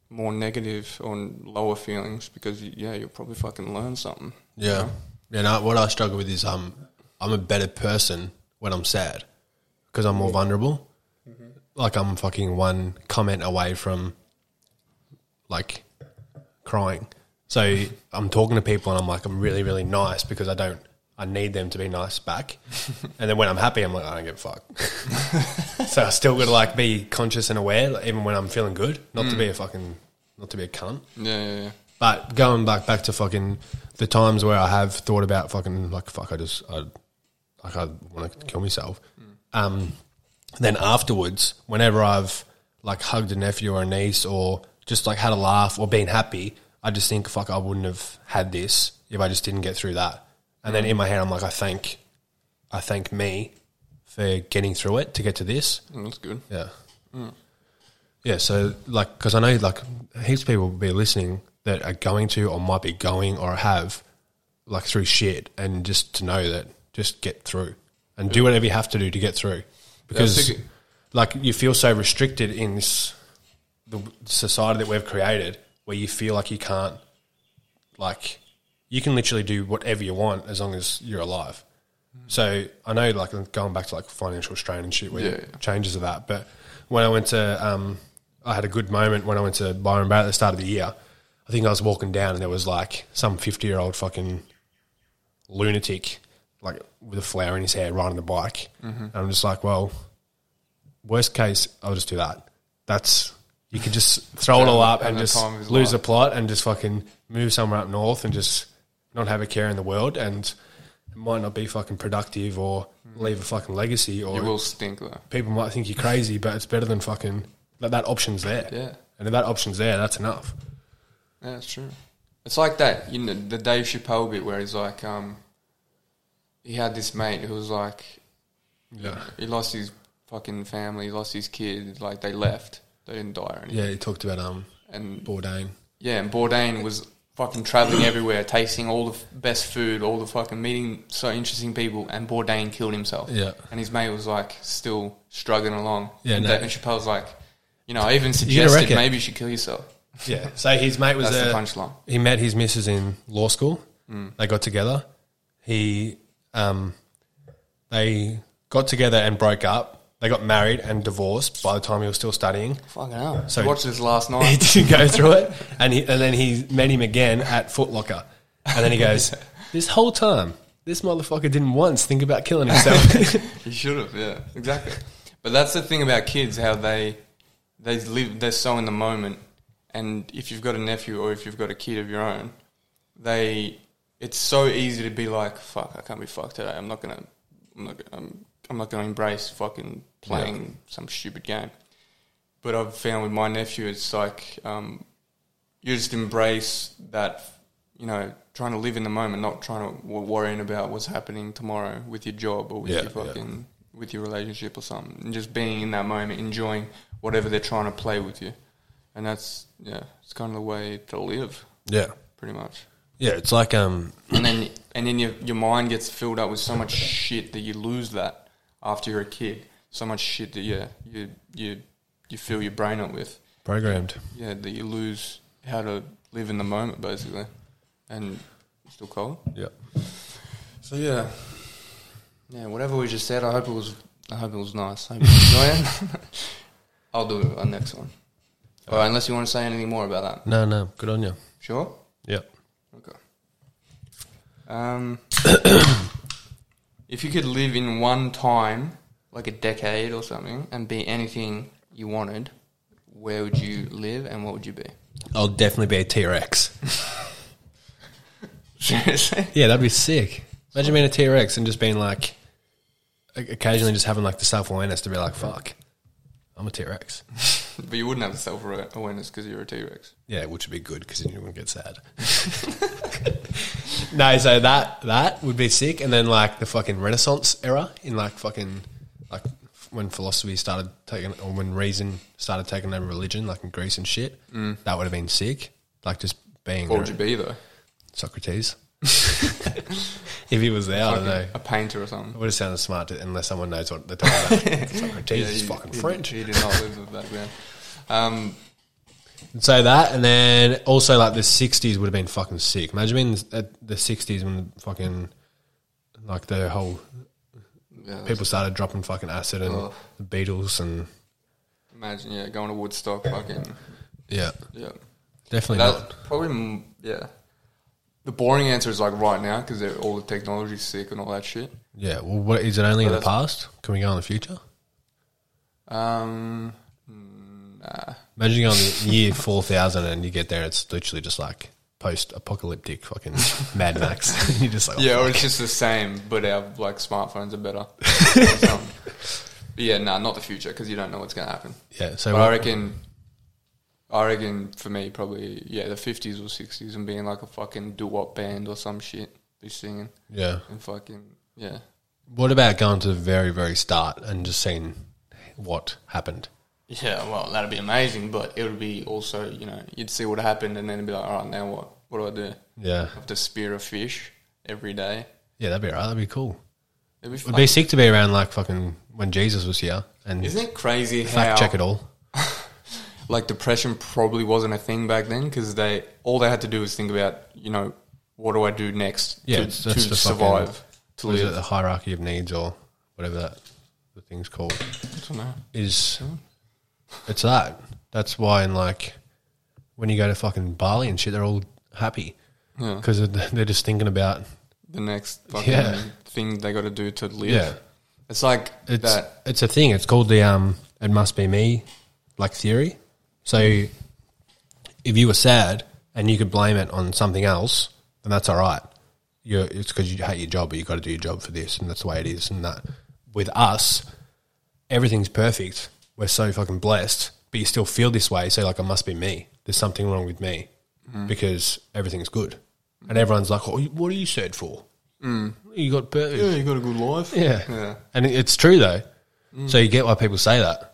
Speaker 1: more negative or lower feelings because yeah, you'll probably fucking learn something.
Speaker 3: yeah. Yeah, no, what I struggle with is um, I'm a better person when I'm sad because I'm more vulnerable. Like, I'm fucking one comment away from like crying. So I'm talking to people and I'm like, I'm really, really nice because I don't, I need them to be nice back. and then when I'm happy, I'm like, I don't give a fuck. so I still got to like be conscious and aware, like, even when I'm feeling good, not to be a fucking, not to be a cunt.
Speaker 1: Yeah, yeah, yeah.
Speaker 3: But going back back to fucking the times where I have thought about fucking like fuck, I just I like I want to kill myself. Um, then afterwards, whenever I've like hugged a nephew or a niece or just like had a laugh or been happy, I just think fuck, I wouldn't have had this if I just didn't get through that. And then in my head, I'm like, I thank, I thank me for getting through it to get to this.
Speaker 1: Mm, That's good.
Speaker 3: Yeah. Yeah. So, like, because I know, like, heaps of people will be listening that are going to or might be going or have, like, through shit. And just to know that, just get through and do whatever you have to do to get through. Because,
Speaker 1: That's a good-
Speaker 3: like, you feel so restricted in this the society that we've created where you feel like you can't, like, you can literally do whatever you want as long as you're alive. So I know, like going back to like financial strain and shit, where
Speaker 1: Yeah.
Speaker 3: changes of that. But when I went to, um, I had a good moment when I went to Byron Bay at the start of the year. I think I was walking down and there was like some 50 year old fucking lunatic, like with a flower in his hair, riding the bike.
Speaker 1: Mm-hmm.
Speaker 3: And I'm just like, well, worst case, I'll just do that. That's, you could just throw it all up
Speaker 1: And
Speaker 3: and
Speaker 1: the
Speaker 3: just
Speaker 1: time is
Speaker 3: lose
Speaker 1: life.
Speaker 3: the plot and just fucking move somewhere up north and just not have a care in the world and it might not be fucking productive or leave a fucking legacy or
Speaker 1: You will stink though.
Speaker 3: people might think you're crazy, but it's better than fucking that. That option's there.
Speaker 1: Yeah.
Speaker 3: And if that option's there, that's enough.
Speaker 1: Yeah, that's true. It's like that, you know, the Dave Chappelle bit where he's like, um, he had this mate who was like,
Speaker 3: Yeah.
Speaker 1: he lost his fucking family, he lost his kid, like they left, they didn't die or anything.
Speaker 3: Yeah, he talked about um
Speaker 1: And
Speaker 3: Bourdain.
Speaker 1: yeah, and Bourdain was fucking traveling everywhere, tasting all the f- best food, all the fucking meeting so interesting people, and Bourdain killed himself.
Speaker 3: Yeah.
Speaker 1: and his mate was like still struggling along.
Speaker 3: Yeah,
Speaker 1: and
Speaker 3: no.
Speaker 1: Dave Chappelle's like, you know, I even
Speaker 3: wreck
Speaker 1: suggested
Speaker 3: it.
Speaker 1: maybe you should kill yourself.
Speaker 3: Yeah. So his mate was
Speaker 1: That's the
Speaker 3: a-
Speaker 1: punchline. Mm.
Speaker 3: He met his missus in law school. They got together. He um they got together and broke up. They got married and divorced by the time he was still studying.
Speaker 1: Fucking hell!
Speaker 3: So-
Speaker 1: So watched this last
Speaker 3: he
Speaker 1: night.
Speaker 3: didn't go through it, and he, and then he met him again at Foot Locker, and then he goes, "This whole time, this motherfucker didn't once think about killing himself."
Speaker 1: He should have, yeah, exactly. But that's the thing about kids, how they they live, they're so in the moment. And if you've got a nephew or if you've got a kid of your own, they it's so easy to be like, "Fuck, I can't be fucked today. I'm not gonna, I'm not, gonna- I'm, I'm not gonna embrace fucking playing some stupid game." But I've found with my nephew, it's like um, you just embrace that, you know, trying to live in the moment, not trying to w- worrying about what's happening tomorrow with your job or with
Speaker 3: Yeah,
Speaker 1: your
Speaker 3: yeah.
Speaker 1: fucking with your relationship or something, and just being in that moment, enjoying whatever they're trying to play with you, and that's yeah, it's kind of the way to live,
Speaker 3: yeah,
Speaker 1: pretty much.
Speaker 3: yeah, it's like um,
Speaker 1: And then and then your your mind gets filled up with so much shit that you lose that after you're a kid, so much shit that yeah, you you you fill your brain up with
Speaker 3: programmed.
Speaker 1: yeah, that you lose how to live in the moment basically, and it's still cold.
Speaker 3: Yeah,
Speaker 1: So yeah, yeah. Whatever we just said, I hope it was. I hope it was nice. I hope you enjoy it. I'll do our next one. All right, unless you want to say anything more about that.
Speaker 3: no, no, good on you.
Speaker 1: Sure.
Speaker 3: Yeah,
Speaker 1: Okay. Um, if you could live in one time, like a decade or something, and be anything you wanted, where would you live and what would you be?
Speaker 3: I'll definitely be a T Rex.
Speaker 1: Seriously?
Speaker 3: yeah, that'd be sick. Imagine being a T Rex and just being like, o- occasionally just having like the self awareness to be like, "Fuck, I'm a T Rex."
Speaker 1: But you wouldn't have the self awareness because you're a T Rex.
Speaker 3: Yeah, which would be good because then you wouldn't get sad. no, so that that would be sick, and then like the fucking Renaissance era in like fucking like when philosophy started taking or when reason started taking over religion, like in Greece and shit. Mm. That would have been sick. Like just being
Speaker 1: What would you be though?
Speaker 3: Socrates. if he was there, I don't know.
Speaker 1: A painter or something.
Speaker 3: It would have sounded smart to- unless someone knows what they're talking about. Socrates is
Speaker 1: he-
Speaker 3: fucking
Speaker 1: he-
Speaker 3: French.
Speaker 1: He did not live with that man. Um,
Speaker 3: So that, and then also like the '60s would have been fucking sick. Imagine being at the '60s when the fucking like the whole
Speaker 1: yeah,
Speaker 3: people started dropping fucking acid and
Speaker 1: Oh.
Speaker 3: the Beatles and
Speaker 1: imagine, yeah, going to Woodstock, fucking,
Speaker 3: yeah,
Speaker 1: yeah.
Speaker 3: definitely
Speaker 1: That
Speaker 3: not.
Speaker 1: probably, mm, yeah. The boring answer is like right now because all the technology's sick and all that shit.
Speaker 3: Yeah, well, what is it only in the
Speaker 1: that's-
Speaker 3: past? Can we go in the future?
Speaker 1: Um, mm, nah.
Speaker 3: Imagine you're on the year four thousand and you get there, it's literally just like post-apocalyptic fucking Mad Max. you're just like,
Speaker 1: Yeah,
Speaker 3: yeah,
Speaker 1: or it's just the same, but our like smartphones are better. Or something. but yeah, nah, not the future because you don't know what's gonna happen.
Speaker 3: yeah. So
Speaker 1: But I
Speaker 3: what-
Speaker 1: reckon, I reckon for me probably yeah the fifties or sixties and being like a fucking doo wop band or some shit, be singing
Speaker 3: yeah.
Speaker 1: and fucking yeah.
Speaker 3: What about going to the very very start and just seeing what happened?
Speaker 1: Yeah, well that'd be amazing, but it would be also you know you'd see what happened and then it'd be like all right now what what do I do?
Speaker 3: Yeah,
Speaker 1: I have to spear a fish every day.
Speaker 3: yeah, that'd be alright. That'd be cool.
Speaker 1: It'd be,
Speaker 3: It'd
Speaker 1: fun.
Speaker 3: be sick to be around like fucking when Jesus was here and
Speaker 1: Isn't it crazy how
Speaker 3: fact check it all.
Speaker 1: like depression probably wasn't a thing back then because they all they had to do was think about you know what do I do next
Speaker 3: Yeah,
Speaker 1: to,
Speaker 3: it's- that's
Speaker 1: to
Speaker 3: the fucking-
Speaker 1: survive to
Speaker 3: What is it
Speaker 1: live.
Speaker 3: the hierarchy of needs or whatever that the thing's called?
Speaker 1: I don't know.
Speaker 3: Is it's that. That's why in like when you go to fucking Bali and shit, they're all happy
Speaker 1: Yeah.
Speaker 3: because they're just thinking about
Speaker 1: The next fucking
Speaker 3: Yeah.
Speaker 1: thing they got to do to live.
Speaker 3: Yeah.
Speaker 1: It's like
Speaker 3: it's
Speaker 1: that.
Speaker 3: it's a thing. It's called the um it must be me like theory. So if you were sad and you could blame it on something else, then that's all right. You're, it's because you hate your job, but you got to do your job for this, and that's the way it is. And that with us, everything's perfect. We're so fucking blessed, but you still feel this way. So like, it must be me. There's something wrong with me because everything's good, and everyone's like, oh, "What are you sad for? You got perfect.
Speaker 1: you got a good life.
Speaker 3: Yeah.
Speaker 1: Yeah.
Speaker 3: And it- it's true though. So you get why people say that.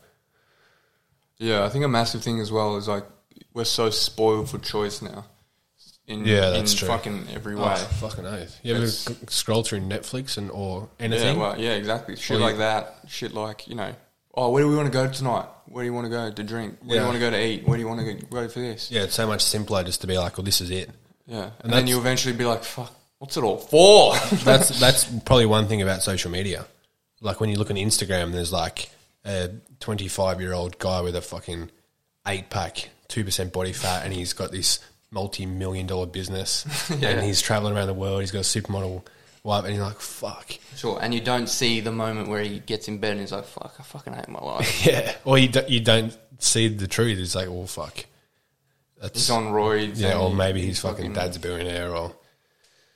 Speaker 1: Yeah, I think a massive thing as well is like we're so spoiled for choice now. In,
Speaker 3: Yeah, that's
Speaker 1: in
Speaker 3: true.
Speaker 1: Fucking every way.
Speaker 3: Oh, fucking oath. You ever
Speaker 1: It's-
Speaker 3: g- scroll through Netflix and or
Speaker 1: yeah,
Speaker 3: anything?
Speaker 1: well, yeah, exactly. Shit
Speaker 3: Or you-
Speaker 1: like that. Shit like you know. Oh, where do we want to go tonight? Where do you want to go to drink? Where do
Speaker 3: Yeah.
Speaker 1: you want to go to eat? Where do you want to go for this?
Speaker 3: yeah, it's so much simpler just to be like, well, this is it.
Speaker 1: Yeah. And,
Speaker 3: that's-
Speaker 1: then you eventually be like, fuck, what's it all for?
Speaker 3: That's that's probably one thing about social media. Like when you look on Instagram, there's like a 25 year old guy with a fucking eight pack, two percent body fat, and he's got this multi million dollar business, and he's traveling around the world. He's got a supermodel wife, and you're like, fuck.
Speaker 4: Sure, and you don't see the moment where he gets in bed and he's like, "Fuck, I fucking hate my life."
Speaker 3: Yeah, or you don't, you don't see the truth. It's like, well, fuck.
Speaker 1: He's
Speaker 3: That's
Speaker 1: on roids.
Speaker 3: yeah,
Speaker 1: and
Speaker 3: or
Speaker 1: he-
Speaker 3: maybe
Speaker 1: he
Speaker 3: his fucking dad's a billionaire, or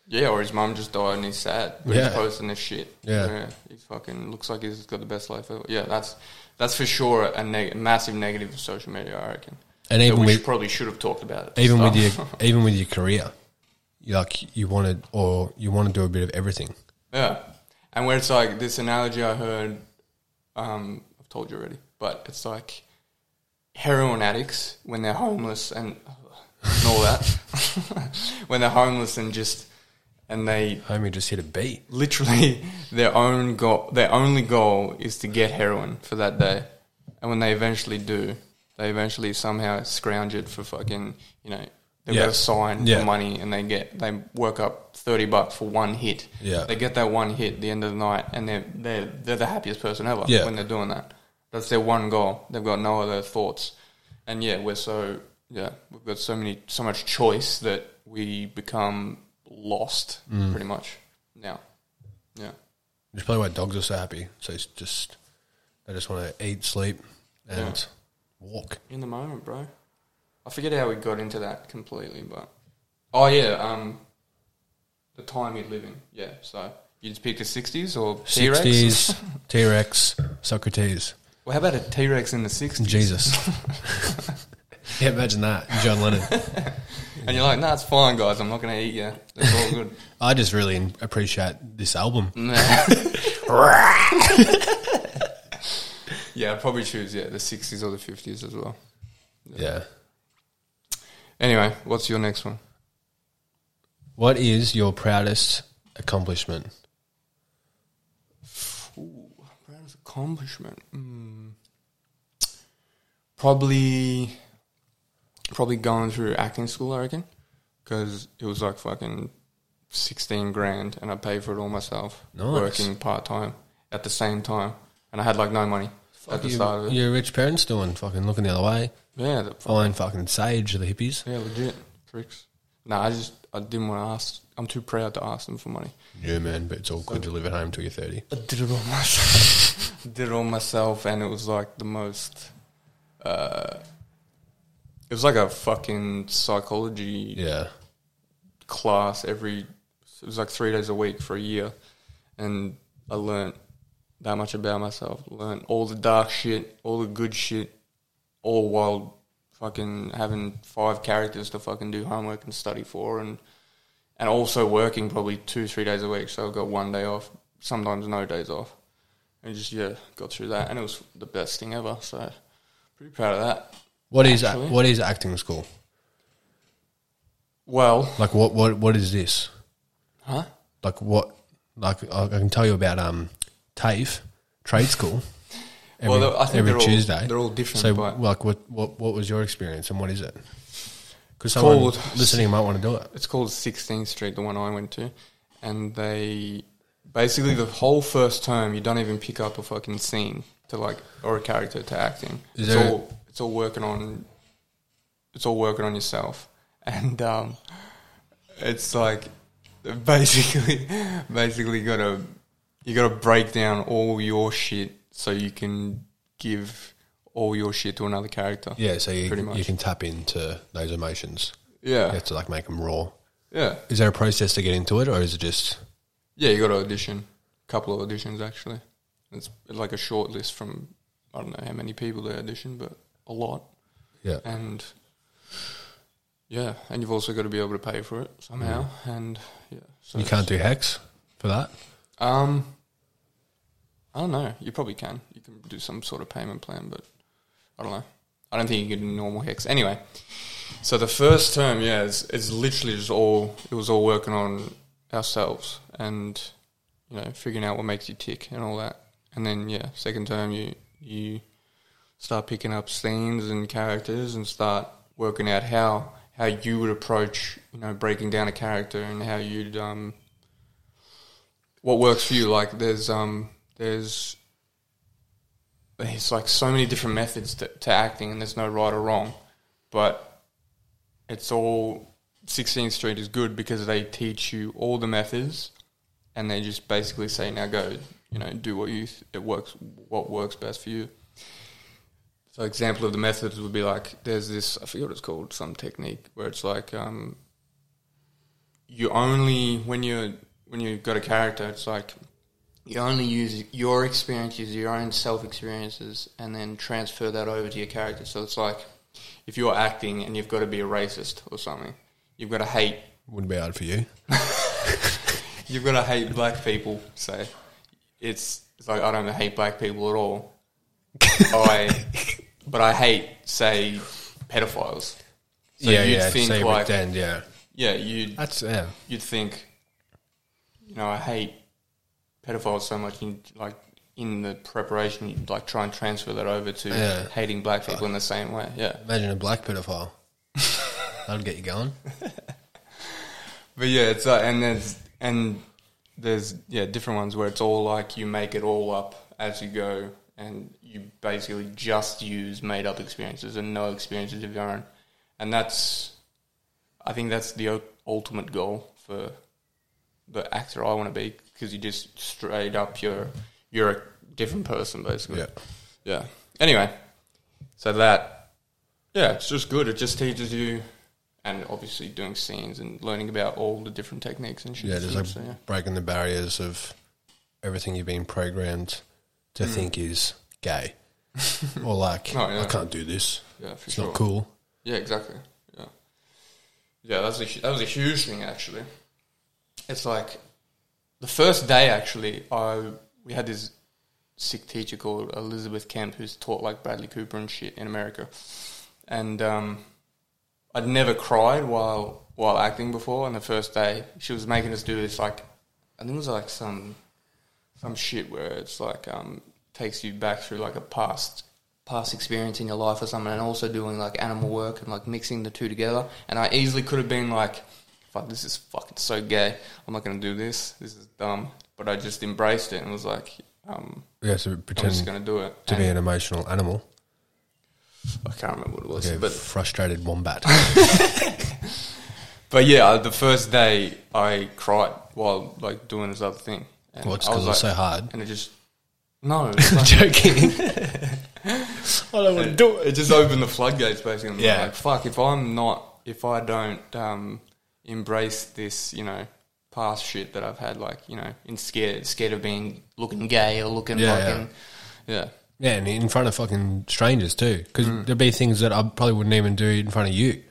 Speaker 1: Yeah, or his mum just died and he's sad. But
Speaker 3: Yeah.
Speaker 1: he's posting this shit.
Speaker 3: Yeah.
Speaker 1: He fucking looks like he's got the best life ever. Yeah, that's that's for sure a neg- massive negative of social media, I reckon.
Speaker 3: and
Speaker 1: That
Speaker 3: even
Speaker 1: we
Speaker 3: with
Speaker 1: should, probably should have talked about it. at the
Speaker 3: even with
Speaker 1: start.
Speaker 3: your even with your career, you like you wanted or you want to do a bit of everything.
Speaker 1: Yeah. And where it's like this analogy I heard, um, I've told you already, but it's like heroin addicts when they're homeless and, and all that. when they're homeless and just, and they
Speaker 3: Homie just hit a B.
Speaker 1: literally their own goal, their only goal is to get heroin for that day. And when they eventually do, they eventually somehow scrounge it for fucking, you know, they've
Speaker 3: Yeah.
Speaker 1: got a sign
Speaker 3: Yeah.
Speaker 1: for money and they get, they work up 30 bucks for one hit.
Speaker 3: Yeah.
Speaker 1: They get that one hit at the end of the night and they're, they're, they're the happiest person ever
Speaker 3: Yeah.
Speaker 1: when they're doing that. That's their one goal. They've got no other thoughts. And yeah, we're so, yeah, we've got so many, so much choice that we become lost
Speaker 3: Mm.
Speaker 1: pretty much now. Yeah.
Speaker 3: That's probably why dogs are so happy. So it's just they just want to eat, sleep, and
Speaker 1: Yeah.
Speaker 3: walk.
Speaker 1: In the moment, bro. I forget how we got into that completely, but oh yeah, um, the time you're living. Yeah, so you just picked a '60s or T-Rex.
Speaker 3: Sixties, T Rex, Socrates,
Speaker 1: Well, how about a T-Rex in the '60s?
Speaker 3: Jesus. yeah, imagine that, John Lennon.
Speaker 1: And you're like, nah, it's fine, guys. I'm not gonna eat you. It's all good.
Speaker 3: I just really appreciate this album.
Speaker 1: yeah, I'd probably choose yeah the '60s or the '50s as well.
Speaker 3: Yeah.
Speaker 1: Anyway, what's your next one?
Speaker 3: What is your proudest accomplishment?
Speaker 1: Ooh, proudest accomplishment. Mm. Probably, probably going through acting school. I reckon because it was like fucking sixteen grand, and I paid for it all myself,
Speaker 3: Nice.
Speaker 1: working part time at the same time, and I had like no money at the
Speaker 3: you,
Speaker 1: start of it.
Speaker 3: Your rich parents doing fucking looking the other way,
Speaker 1: Yeah, the, fuck-
Speaker 3: buying fucking sage of the hippies.
Speaker 1: yeah, legit tricks. No, I just I didn't want to ask. I'm too proud to ask them for money.
Speaker 3: Yeah, man, but it's all good to live at home till you're thirty.
Speaker 1: I did it all myself. did it all myself, and it was like the most. Uh, it was like a fucking psychology
Speaker 3: Yeah,
Speaker 1: class every. It was like three days a week for a year, and I learnt that much about myself. Learned all the dark shit, all the good shit, all while fucking having five characters to fucking do homework and study for, and and also working probably two three days a week. So I got one day off, sometimes no days off, and just yeah, got through that, and it was the best thing ever. So pretty proud of that.
Speaker 3: what is ac
Speaker 1: Actually-
Speaker 3: what is acting school?
Speaker 1: Well,
Speaker 3: Like what what what is this?
Speaker 1: huh?
Speaker 3: Like what? Like I I can tell you about um TAFE trade school. Every,
Speaker 1: Well, I think
Speaker 3: every
Speaker 1: they're all-
Speaker 3: Tuesday
Speaker 1: they're all different,
Speaker 3: So,
Speaker 1: but-
Speaker 3: like, what what what was your experience and what is it? Because someone
Speaker 1: called-
Speaker 3: listening might want to do it.
Speaker 1: it's called 16th Street, the one I went to, and they basically the whole first term you don't even pick up a fucking scene to like or a character to acting. it's
Speaker 3: Is there-
Speaker 1: all it's all working on it's all working on yourself, and um, it's like basically basically got to you got to break down all your shit so you can give all your shit to another character.
Speaker 3: Yeah, so you,
Speaker 1: Pretty much.
Speaker 3: you can tap into those emotions. You
Speaker 1: yeah,
Speaker 3: have to like make them raw.
Speaker 1: yeah,
Speaker 3: Is there a process to get into it, or is it just
Speaker 1: yeah. You got to audition, a couple of auditions actually. It's like a short list from I don't know how many people they audition, but a lot.
Speaker 3: yeah?
Speaker 1: and yeah, and you've also got to be able to pay for it somehow. And yeah, so
Speaker 3: You can't do hacks for that.
Speaker 1: Um, I don't know. You probably can. You can do some sort of payment plan, but I don't know. I don't think you can do normal hex. Anyway, so the first term, yeah, it's, it's literally just all it was all working on ourselves and you know figuring out what makes you tick and all that. And then yeah, second term you you start picking up themes and characters and start working out how how you would approach you know breaking down a character and how you'd um, what works for you. Like there's um there's there's like so many different methods to, to acting, and there's no right or wrong, but it's all 16th Street is good because they teach you all the methods, and they just basically say now go you know do what you th- it works what works best for you. So example of the methods would be like there's this I forget what it's called some technique where it's like um, you only when you're when you've got a character, it's like
Speaker 4: You only use your experiences, your own self experiences, and then transfer that over to your character. So it's like
Speaker 1: if you're acting and you've got to be a racist or something, you've got to hate
Speaker 3: Wouldn't be hard for you.
Speaker 1: you've got to hate black people. So it's, it's like I don't hate black people at all. I but I hate say pedophiles. So
Speaker 3: yeah,
Speaker 1: you'd
Speaker 3: yeah.
Speaker 1: think
Speaker 3: same
Speaker 1: like-
Speaker 3: with Dan, yeah.
Speaker 1: Yeah, you
Speaker 3: That's yeah.
Speaker 1: you'd think, you know, I hate pedophiles so much, and like in the preparation, you'd like try and transfer that over to
Speaker 3: Yeah.
Speaker 1: hating black people in the same way. Yeah,
Speaker 3: Imagine a black pedophile. That'd get you going.
Speaker 1: but yeah, it's uh, and there's and there's yeah different ones where it's all like you make it all up as you go, and you basically just use made up experiences and no experiences of your own, and that's, I think that's the ul- ultimate goal for the actor I want to be because you just straight up you're you're a different person basically.
Speaker 3: Yeah.
Speaker 1: Yeah. Anyway, so that yeah, it's just good. It just teaches you, and obviously doing scenes and learning about all the different techniques and shit.
Speaker 3: Yeah, just like
Speaker 1: So, yeah.
Speaker 3: breaking the barriers of everything you've been programmed to think is gay, or like
Speaker 1: Mm. Oh, yeah.
Speaker 3: I can't do this.
Speaker 1: Yeah, for
Speaker 3: It's
Speaker 1: sure.
Speaker 3: not cool.
Speaker 1: Yeah, exactly. Yeah, yeah. That's a hu- that was a huge thing actually. It's like the first day actually. I we had this sick teacher called Elizabeth Kemp who's taught like Bradley Cooper and shit in America, and um, I'd never cried while while acting before. And the first day, she was making us do this like I think it was like some
Speaker 4: some shit where it's like um, takes you back through like a past past experience in your life or something, and also doing like animal work and like mixing the two together. And I easily could have been like, "Fuck, this is fucking so gay. I'm not gonna do this. This is dumb." But I just embraced it and was like, um,
Speaker 3: Yeah, so
Speaker 4: "I'm just
Speaker 3: pretend
Speaker 4: gonna do it."
Speaker 3: to be
Speaker 4: And
Speaker 3: an emotional animal,
Speaker 4: I can't remember what it was,
Speaker 3: like a
Speaker 4: but
Speaker 3: frustrated wombat.
Speaker 1: But yeah, the first day I cried while like doing this other thing. And
Speaker 3: Well, it's
Speaker 1: I was
Speaker 3: 'cause it's
Speaker 1: like-
Speaker 3: so hard.
Speaker 1: And it just no, it's like-
Speaker 3: Joking. I don't want to
Speaker 1: it,
Speaker 3: do it.
Speaker 1: it just opened the floodgates basically. I'm
Speaker 3: Yeah.
Speaker 1: Like fuck, if I'm not, if I don't um, embrace this, you know, past shit that I've had, like you know, in scared scared of being
Speaker 4: looking gay or looking
Speaker 3: Yeah,
Speaker 4: fucking
Speaker 1: yeah.
Speaker 3: Yeah, and in front of fucking strangers too, because there'd be things that I probably wouldn't even do in front of you.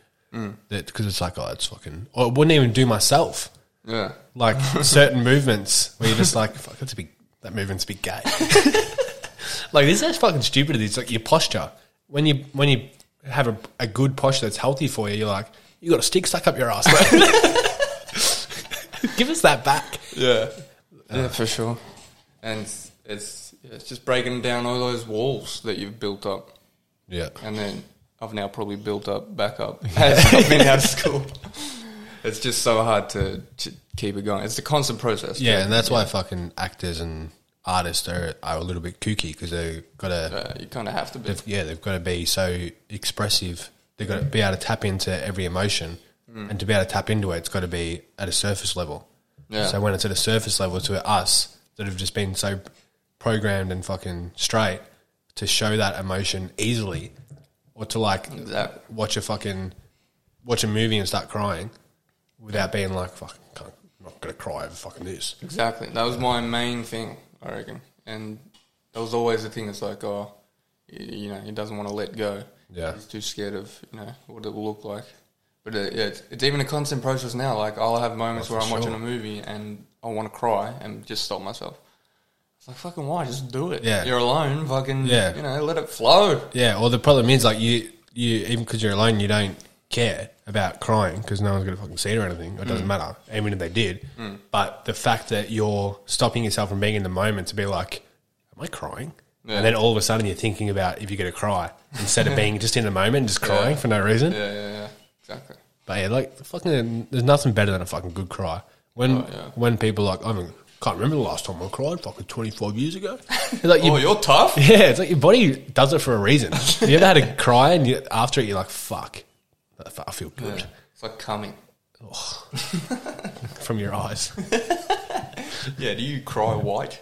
Speaker 3: That because it's like, oh, it's fucking. Or I wouldn't even do myself.
Speaker 1: Yeah,
Speaker 3: Like certain movements where you're just like, fuck, that's a big. That movement's a bit gay. like this is fucking stupid. It's like your posture when you when you have a, a good posture that's healthy for you. You're like, you got a stick stuck up your ass. mate." Give us that back.
Speaker 1: yeah, yeah, for sure. And it's it's, it's just breaking down all those walls that you've built up.
Speaker 3: Yeah.
Speaker 1: and then I've now probably built up back up as I've been out of school. It's just so hard to, to keep it going. It's a constant process.
Speaker 3: Yeah, and that's why fucking actors and artists are, are a little bit kooky because they've got to
Speaker 1: uh, you kind of have to be.
Speaker 3: they've, yeah they've got to be so expressive They've got to be able to tap into every emotion, and to be able to tap into it, it's got to be at a surface level.
Speaker 1: Yeah.
Speaker 3: So when it's at a surface level to us that have just been so programmed and fucking straight to show that emotion easily, or to like
Speaker 1: Exactly.
Speaker 3: watch a fucking watch a movie and start crying without being like fucking can't, I'm not gonna cry over fucking this.
Speaker 1: Exactly. That was my main thing, I reckon. And that was always the thing. It's like, oh, y- you know, he doesn't want to let go.
Speaker 3: Yeah.
Speaker 1: He's too scared of, you know, what it will look like. But uh, yeah, it's, it's even a constant process now. Like, I'll have moments
Speaker 3: Oh,
Speaker 1: where
Speaker 3: for
Speaker 1: I'm watching
Speaker 3: sure.
Speaker 1: a movie and I want to cry and just stop myself. It's like, fucking why? Just do it.
Speaker 3: Yeah.
Speaker 1: You're alone. Fucking,
Speaker 3: Yeah.
Speaker 1: you know, let it flow.
Speaker 3: Yeah, or the problem is like you, you even because you're alone, you don't care about crying because no one's gonna fucking see it or anything. It
Speaker 1: Mm.
Speaker 3: doesn't matter, even if they did. But the fact that you're stopping yourself from being in the moment to be like, "Am I crying?"
Speaker 1: Yeah.
Speaker 3: And then all of a sudden you're thinking about if you're gonna cry instead of being just in the moment, just crying for no reason.
Speaker 1: Yeah, yeah, yeah. Exactly.
Speaker 3: But yeah, like fucking, there's nothing better than a fucking good cry. When
Speaker 1: yeah.
Speaker 3: when people like, I mean, can't remember the last time I cried, fucking 25 years ago. It's like you,
Speaker 1: oh, you're tough?
Speaker 3: yeah, it's like your body does it for a reason. You ever had a cry and you, after it you're like, fuck, I f- I feel good
Speaker 1: It's like coming.
Speaker 3: from your eyes.
Speaker 1: Yeah, do you cry white?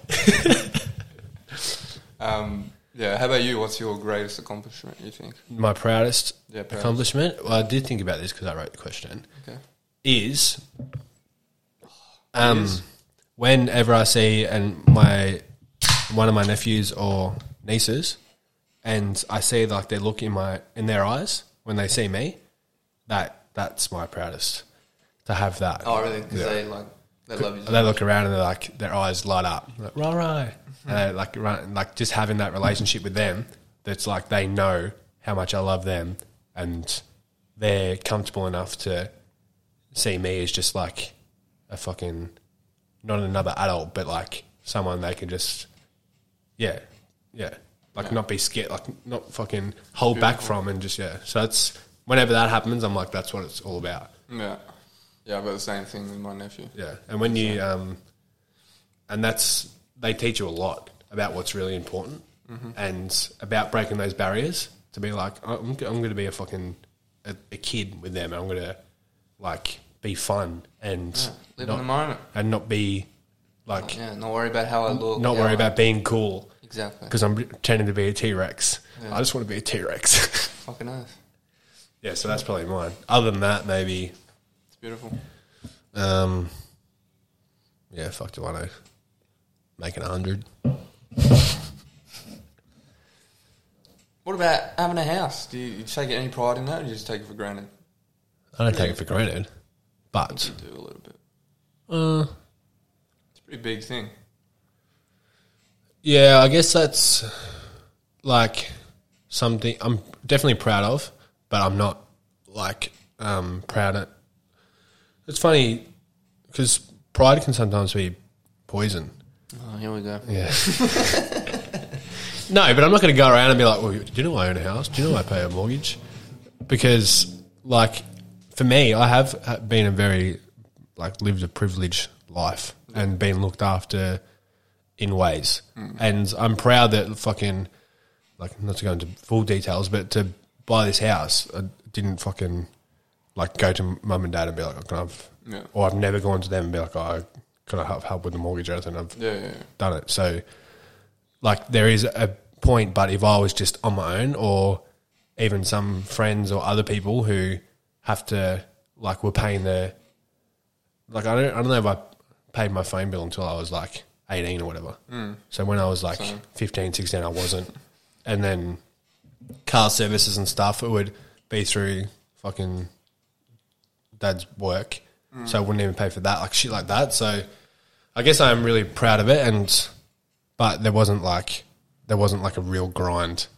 Speaker 1: um, yeah, how about you? What's your greatest accomplishment, you think?
Speaker 3: My proudest
Speaker 1: Yeah, proudest.
Speaker 3: accomplishment. Well, I did think about this because I wrote the question.
Speaker 1: Okay.
Speaker 3: is um whenever I see and my one of my nephews or nieces and I see like they look in my in their eyes when they see me, that that's my proudest to have that.
Speaker 1: Oh, really? Because
Speaker 3: Yeah.
Speaker 1: they, like, they love you.
Speaker 3: They look around and they're like their eyes light up. Like, rah rah. And they like run, like just having that relationship with them that's like they know how much I love them and they're comfortable enough to see me as just like a fucking not another adult, but like someone they can just yeah. Yeah. Like not be scared like not fucking hold back from and just yeah. So that's whenever that happens, I'm like that's what it's all about.
Speaker 1: Yeah. Yeah, I've got the same thing with my nephew.
Speaker 3: Yeah, and when you um, and that's they teach you a lot about what's really important and about breaking those barriers to be like "Oh, I'm, I'm going to be a fucking a, a kid with them. I'm going to like be fun and
Speaker 1: Live
Speaker 3: not
Speaker 1: in the moment.
Speaker 3: and not be like
Speaker 1: Yeah, not worry about how I look.
Speaker 3: not
Speaker 1: how
Speaker 3: worry
Speaker 1: I-
Speaker 3: about being cool
Speaker 1: Exactly.
Speaker 3: because I'm pretending to be a T Rex. I just want to be a T Rex.
Speaker 1: Fucking earth.
Speaker 3: yeah, so that's probably mine. Other than that, maybe
Speaker 1: It's beautiful.
Speaker 3: um, yeah, fuck, do I know? Making a hundred.
Speaker 1: What about having a house? Do you, you take any pride in that or you just take it for granted?
Speaker 3: I don't take it for granted, but
Speaker 1: You do a little bit.
Speaker 3: uh,
Speaker 1: It's a pretty big thing.
Speaker 3: yeah, I guess that's like something I'm definitely proud of, but I'm not like um, proud of. It's funny because pride can sometimes be poison.
Speaker 1: Oh, here we go.
Speaker 3: Yeah. no, but I'm not going to go around and be like, well, do you know I own a house? Do you know I pay a mortgage? Because, like, for me, I have ha- been a very, like, lived a privileged life and been looked after in ways. And I'm proud that fucking, like, not to go into full details, but to buy this house, I didn't fucking, like, go to mum and dad and be like, oh, can I have,
Speaker 1: Yeah.
Speaker 3: or I've never gone to them and be like, oh, could I have help with the mortgage or anything? I've
Speaker 1: Yeah, yeah,
Speaker 3: done it. So, like, there is a point, but if I was just on my own, or even some friends or other people who have to, like, were paying their, like, I don't, I don't know if I paid my phone bill until I was like 18 or whatever. Mm. So, when I was like fifteen, sixteen, 15, 16, I wasn't. And then car services and stuff, it would be through fucking dad's work. So I wouldn't even pay for that, like shit like that. So I guess I'm really proud of it. And, but there wasn't like, there wasn't like a real grind.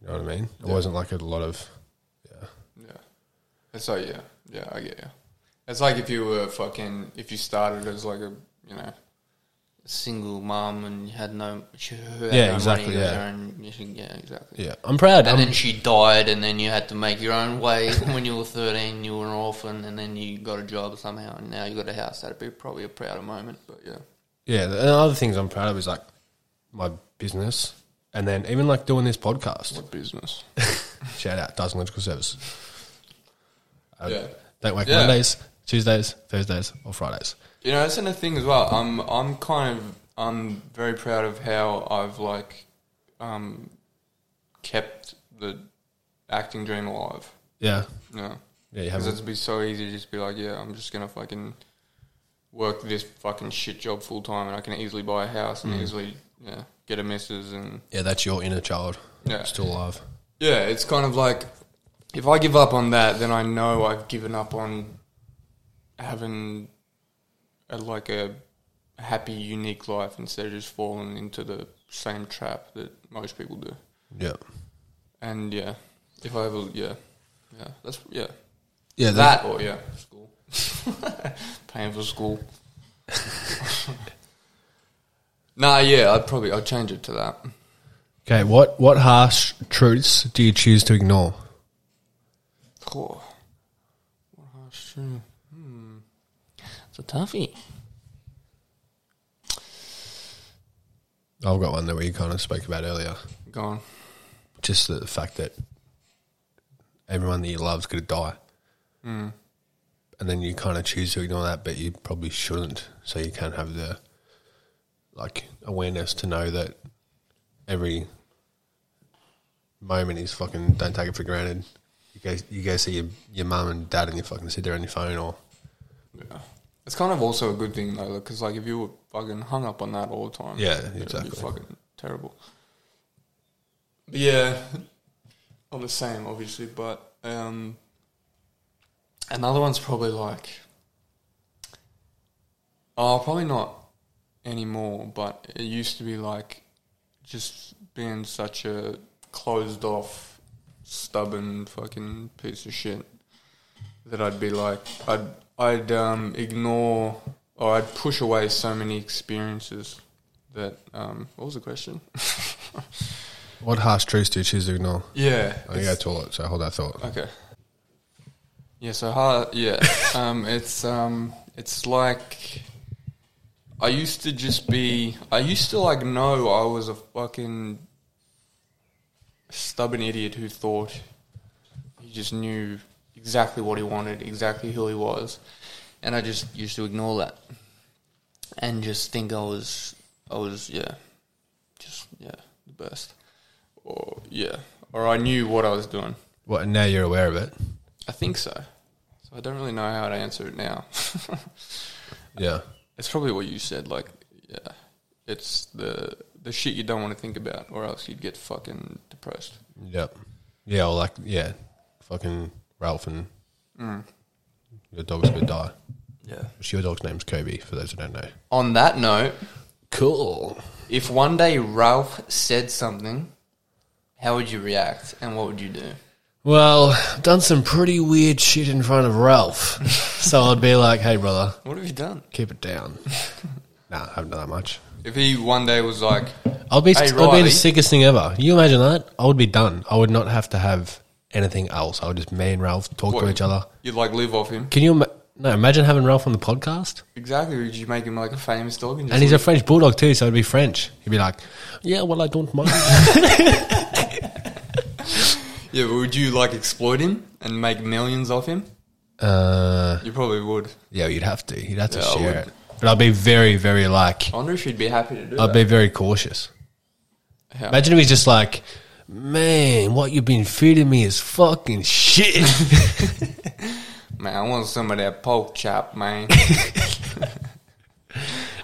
Speaker 3: You know what I mean? There wasn't like a lot of, yeah.
Speaker 1: yeah. It's like, yeah. Yeah, I get you. It's like if you were fucking, if you started as like a, you know, single mom and you had no, she, her had
Speaker 3: Yeah,
Speaker 1: no
Speaker 3: exactly,
Speaker 1: money of
Speaker 3: yeah.
Speaker 1: her own- you should- yeah, exactly.
Speaker 3: Yeah. I'm proud.
Speaker 1: And
Speaker 3: I'm,
Speaker 1: then she died, and then you had to make your own way. when you were 13, you were an orphan, and then you got a job somehow, and now you got a house. That'd be probably a prouder moment, but yeah.
Speaker 3: yeah. And other things I'm proud of is like my business. And then even like doing this podcast.
Speaker 1: What business?
Speaker 3: Shout out Dyson Electrical Service. Um,
Speaker 1: Yeah.
Speaker 3: Don't work
Speaker 1: Yeah.
Speaker 3: Mondays, Tuesdays, Thursdays, or Fridays.
Speaker 1: You know, that's another thing as well. I'm I'm kind of I'm very proud of how I've like um kept the acting dream alive.
Speaker 3: Yeah.
Speaker 1: Yeah.
Speaker 3: Yeah, you
Speaker 1: Because
Speaker 3: haven't.
Speaker 1: it'd be so easy to just be like, yeah, I'm just gonna fucking work this fucking shit job full time, and I can easily buy a house and easily yeah get a missus and
Speaker 3: Yeah, that's your inner child.
Speaker 1: Yeah.
Speaker 3: Still alive.
Speaker 1: yeah, it's kind of like if I give up on that, then I know I've given up on having a, like a happy, unique life instead of just falling into the same trap that most people do.
Speaker 3: Yeah.
Speaker 1: And yeah, if I ever yeah yeah that's yeah
Speaker 3: Yeah, that.
Speaker 1: that or yeah school paying for school. nah, yeah, I'd probably I'd change it to that.
Speaker 3: Okay, what, what harsh truths do you choose to ignore?
Speaker 1: Cool. What a harsh truth. Hmm. It's a toughie.
Speaker 3: I've got one that we kind of spoke about earlier.
Speaker 1: Gone.
Speaker 3: Just the fact that everyone that you love is going to die. And then you kind of choose to ignore that, but you probably shouldn't. So you can't have the like awareness to know that every moment is fucking. Don't take it for granted. You go, you go see your your mum and dad, and you fucking sit there on your phone, or
Speaker 1: Yeah. It's kind of also a good thing though, because like if you were fucking hung up on that all the time,
Speaker 3: Yeah,
Speaker 1: it'd
Speaker 3: exactly.
Speaker 1: be fucking terrible. But yeah, I'm the same, obviously. But um, another one's probably like, oh, probably not anymore. But it used to be like just being such a closed off, stubborn fucking piece of shit that I'd be like, I'd I'd um, ignore or I'd push away so many experiences that um, what was the question?
Speaker 3: what harsh truths do you choose to ignore?
Speaker 1: yeah,
Speaker 3: I go to the toilet, so hold that thought.
Speaker 1: Okay. Yeah, so hard. Yeah, um, it's um, it's like I used to just be. I used to like know I was a fucking stubborn idiot who thought he just knew exactly what he wanted, exactly who he was, and I just used to ignore that and just think I was, I was, yeah, just yeah, the best, or yeah, or I knew what I was doing.
Speaker 3: What? And now you're aware of it.
Speaker 1: I think so. So I don't really know how to answer it now.
Speaker 3: Yeah.
Speaker 1: it's probably what you said. Like, yeah, it's the the shit you don't want to think about, or else you'd get fucking depressed.
Speaker 3: Yep. Yeah, or like yeah, fucking Ralph and your dog's gonna die.
Speaker 1: Yeah.
Speaker 3: Which your dog's name's Kobe, for those who don't know.
Speaker 4: On that note,
Speaker 3: Cool.
Speaker 4: if one day Ralph said something, how would you react and what would you do?
Speaker 3: Well, I've done some pretty weird shit in front of Ralph. so I'd be like, Hey brother,
Speaker 1: What have you done?
Speaker 3: keep it down. nah, I haven't done that much.
Speaker 1: If he one day was like,
Speaker 3: I'll be
Speaker 1: Hey,
Speaker 3: I'll be
Speaker 1: Riley.
Speaker 3: the sickest thing ever. You imagine that? I would be done. I would not have to have anything else. I would just me and Ralph talk
Speaker 1: What?
Speaker 3: to each other.
Speaker 1: you'd like live off him.
Speaker 3: Can you ima- no, imagine having Ralph on the podcast?
Speaker 1: Exactly. Would you make him like a famous dog? And, just
Speaker 3: And he's a
Speaker 1: live-
Speaker 3: French bulldog too, so it'd be French. He'd be like, "Yeah, well, I don't mind."
Speaker 1: yeah. But would you like exploit him and make millions off him?
Speaker 3: uh,
Speaker 1: You probably would.
Speaker 3: yeah, you'd have to. You'd have to
Speaker 1: Yeah, I Oh,
Speaker 3: share
Speaker 1: would.
Speaker 3: it. But I'd be very, very like,
Speaker 1: I wonder if he'd be happy to do
Speaker 3: I'd
Speaker 1: that.
Speaker 3: be very cautious.
Speaker 1: How-
Speaker 3: Imagine if he's just like, "Man, what you've been feeding me is fucking shit."
Speaker 1: Man, I want some of that pork chop, man. I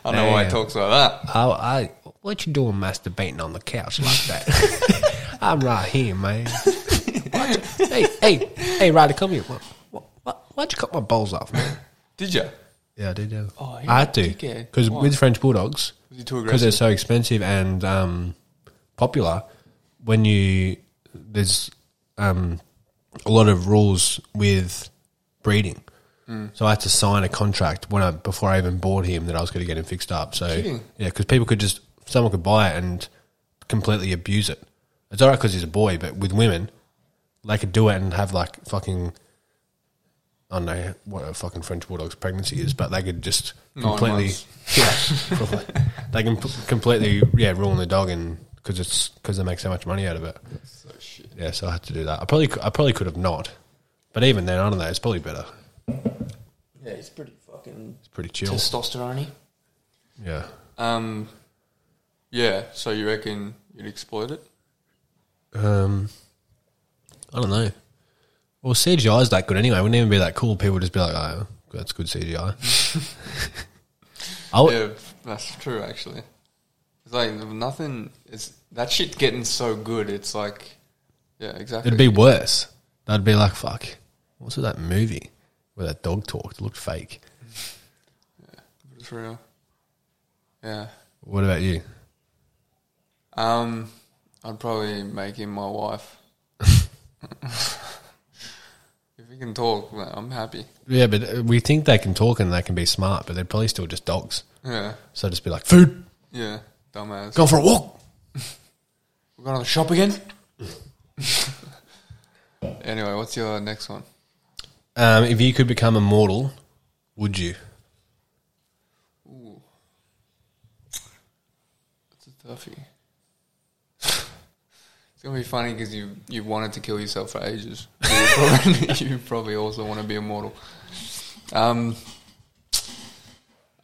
Speaker 1: don't know why he
Speaker 3: Man.
Speaker 1: talks like that.
Speaker 3: I, I, what you doing, masturbating on the couch like that? I'm right here, man. Why'd you- hey, hey, hey, Ryder, come here. What, what, what, why'd you cut my balls off, man?
Speaker 1: Did you?
Speaker 3: Yeah, I did. Yeah.
Speaker 1: Oh, you're
Speaker 3: I
Speaker 1: a
Speaker 3: had to
Speaker 1: dickhead.
Speaker 3: because
Speaker 1: Why?
Speaker 3: with French bulldogs,
Speaker 1: Was he too
Speaker 3: because they're
Speaker 1: aggressive?
Speaker 3: so expensive and um, popular, when you there's um, a lot of rules with breeding. So I had to sign a contract when I before I even bought him that I was going to get him fixed up. So
Speaker 1: Kidding.
Speaker 3: yeah, because people could just someone could buy it and completely abuse it. It's alright because he's a boy, but with women, they could do it and have like fucking. I don't know what a fucking French bulldog's pregnancy is, but they could just
Speaker 1: Nine
Speaker 3: completely,
Speaker 1: months.
Speaker 3: yeah, probably. they can p- completely, yeah, ruin the dog and because it's because they make so much money out of it.
Speaker 1: So shit.
Speaker 3: Yeah, so I had to do that. I probably cou- I probably could have not, but even then, I don't know. It's probably better.
Speaker 4: Yeah, it's pretty fucking
Speaker 3: It's pretty chill.
Speaker 4: testosterone.
Speaker 3: yeah,
Speaker 1: Um, yeah. So you reckon you'd exploit it?
Speaker 3: um, I don't know. Well, CGI is that good anyway. It wouldn't even be that cool. People would just be like, "Oh, that's good CGI." I would,
Speaker 1: Yeah, that's true. Actually, it's like nothing. It's that shit getting so good. It's like, yeah, exactly.
Speaker 3: It'd be worse. That'd be like, "Fuck, what's with that movie where that dog talked? It looked fake."
Speaker 1: It's real. Yeah.
Speaker 3: What about you?
Speaker 1: Um, I'd probably make him my wife. if he can talk, man, I'm happy.
Speaker 3: Yeah, but uh, we think they can talk and they can be smart, but they're probably still just dogs.
Speaker 1: Yeah.
Speaker 3: So just be like, food,
Speaker 1: Yeah. Dumbass.
Speaker 3: go for a walk.
Speaker 1: We're going to the shop again. anyway, what's your next one?
Speaker 3: Um, if you could become immortal, would you?
Speaker 1: It's a toughie. it's gonna be funny because you you've wanted to kill yourself for ages. You probably, you probably also want to be immortal. Um.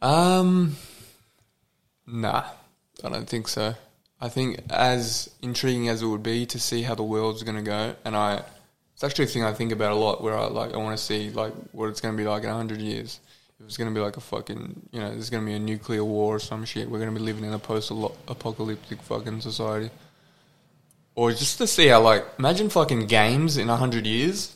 Speaker 1: Um. Nah, I don't think so. I think as intriguing as it would be to see how the world's gonna go, and I, it's actually a thing I think about a lot. Where I like, I want to see like what it's gonna be like in hundred years. If it's gonna be like a fucking, you know, there's gonna be a nuclear war or some shit. We're gonna be living in a post-apocalyptic fucking society. Or just to see how like, imagine fucking games in hundred years.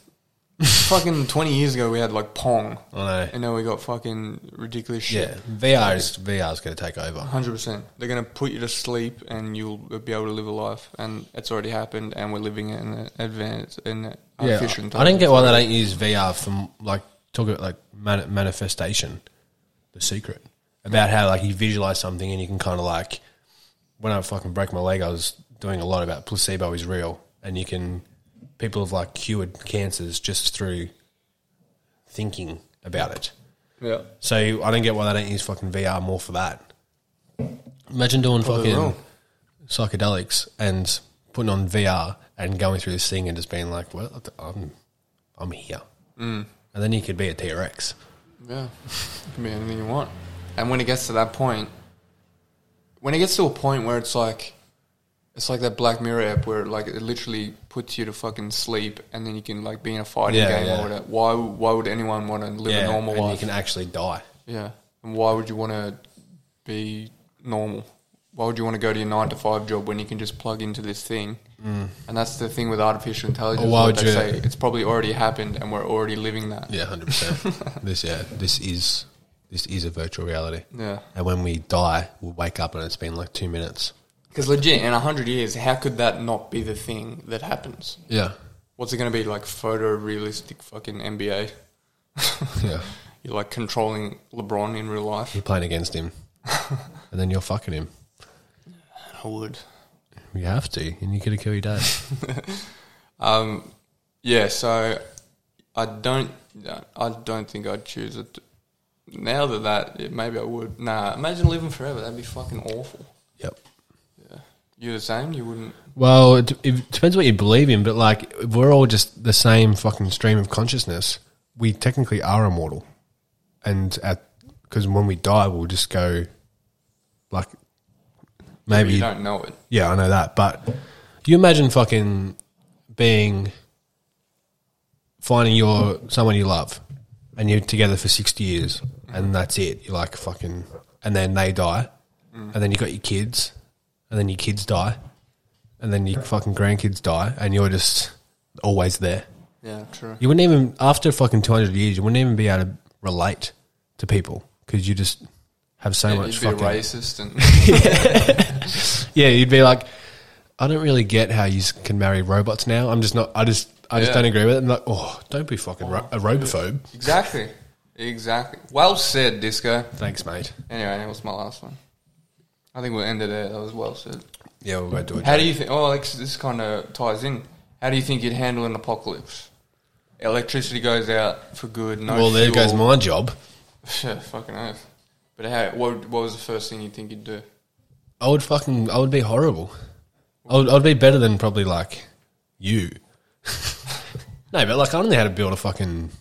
Speaker 1: fucking twenty years ago, we had like Pong,
Speaker 3: I know.
Speaker 1: and now we got fucking ridiculous shit.
Speaker 3: Yeah, VR is VR is going to take over.
Speaker 1: Hundred percent. They're going to put you to sleep, and you'll be able to live a life. And it's already happened, and we're living in an advanced and
Speaker 3: Yeah,
Speaker 1: artificial.
Speaker 3: I don't get why they don't use VR from like talk about like man- manifestation, the secret about how like you visualize something and you can kind of like when I fucking broke my leg, I was doing a lot about placebo is real and you can people have like cured cancers just through thinking about it.
Speaker 1: Yeah,
Speaker 3: So I don't get why they don't use fucking VR more for that. Imagine doing fucking
Speaker 1: will.
Speaker 3: psychedelics and putting on VR and going through this thing and just being like, "Well, I'm, I'm here," mm. and then you could be a T Rex.
Speaker 1: yeah. It can be anything you want. And when it gets to that point, when it gets to a point where it's like, it's like that Black Mirror app where like it literally puts you to fucking sleep, and then you can like be in a fighting
Speaker 3: Yeah,
Speaker 1: game
Speaker 3: yeah.
Speaker 1: or whatever. Why? Why would anyone want to live a normal
Speaker 3: and
Speaker 1: life?
Speaker 3: you can actually die.
Speaker 1: Yeah. And why would you want to be normal? Why would you want to go to your nine to five job when you can just plug into this thing? Mm. And that's the thing with artificial intelligence.
Speaker 3: why
Speaker 1: like they
Speaker 3: would you-
Speaker 1: say it's probably already happened and we're already living that.
Speaker 3: Yeah, hundred percent. This yeah, this is this is a virtual reality.
Speaker 1: Yeah.
Speaker 3: And when we die, we'll wake up and it's been like two minutes.
Speaker 1: Because legit, in 100 years, how could that not be the thing that happens?
Speaker 3: Yeah,
Speaker 1: What's it going to be like photorealistic fucking NBA?
Speaker 3: yeah.
Speaker 1: You're like controlling LeBron in real life?
Speaker 3: You're playing against him, and then you're fucking him.
Speaker 1: I would.
Speaker 3: You have to, and you could kill your dad.
Speaker 1: Um, yeah, so I don't, I don't think I'd choose it. Now that that, yeah, maybe I would. Nah, imagine living forever. That'd be fucking awful.
Speaker 3: yep.
Speaker 1: You the same? You wouldn't?
Speaker 3: Well, it, it depends what you believe in, but like if we're all just the same fucking stream of consciousness. We technically are immortal, and at because when we die, we'll just go like maybe
Speaker 1: You don't know it.
Speaker 3: yeah, I know that. But you imagine fucking being finding your someone you love, and you're together for sixty years, and that's it. You're like fucking, and then they die, and then you got your kids, and then your kids die, and then your fucking grandkids die, and you're just always there.
Speaker 1: Yeah, true.
Speaker 3: You wouldn't even after fucking two hundred years, you wouldn't even be able to relate to people because you just have so
Speaker 1: Yeah,
Speaker 3: much
Speaker 1: you'd be a
Speaker 3: fucking
Speaker 1: racist and
Speaker 3: yeah, you'd be like, I don't really get how you s- can marry robots now. I'm just not. I just. I just
Speaker 1: Yeah.
Speaker 3: don't agree with it. I'm like, oh, don't be fucking ro- a robophobe.
Speaker 1: exactly, exactly. Well said, Disco.
Speaker 3: Thanks, mate.
Speaker 1: Anyway, that was my last one. I think we'll end it there. That was well said.
Speaker 3: Yeah, we'll go do it.
Speaker 1: How do you think? Oh, Alex, this kind of ties in. How do you think you'd handle an apocalypse? Electricity goes out for good. No
Speaker 3: well, there
Speaker 1: fuel.
Speaker 3: goes my job.
Speaker 1: Yeah, fucking oath. But how, what, what was the first thing you think you'd do?
Speaker 3: I would fucking. I would be horrible. I'd, I'd be better than probably like you. no, but like I don't know how to build a fucking.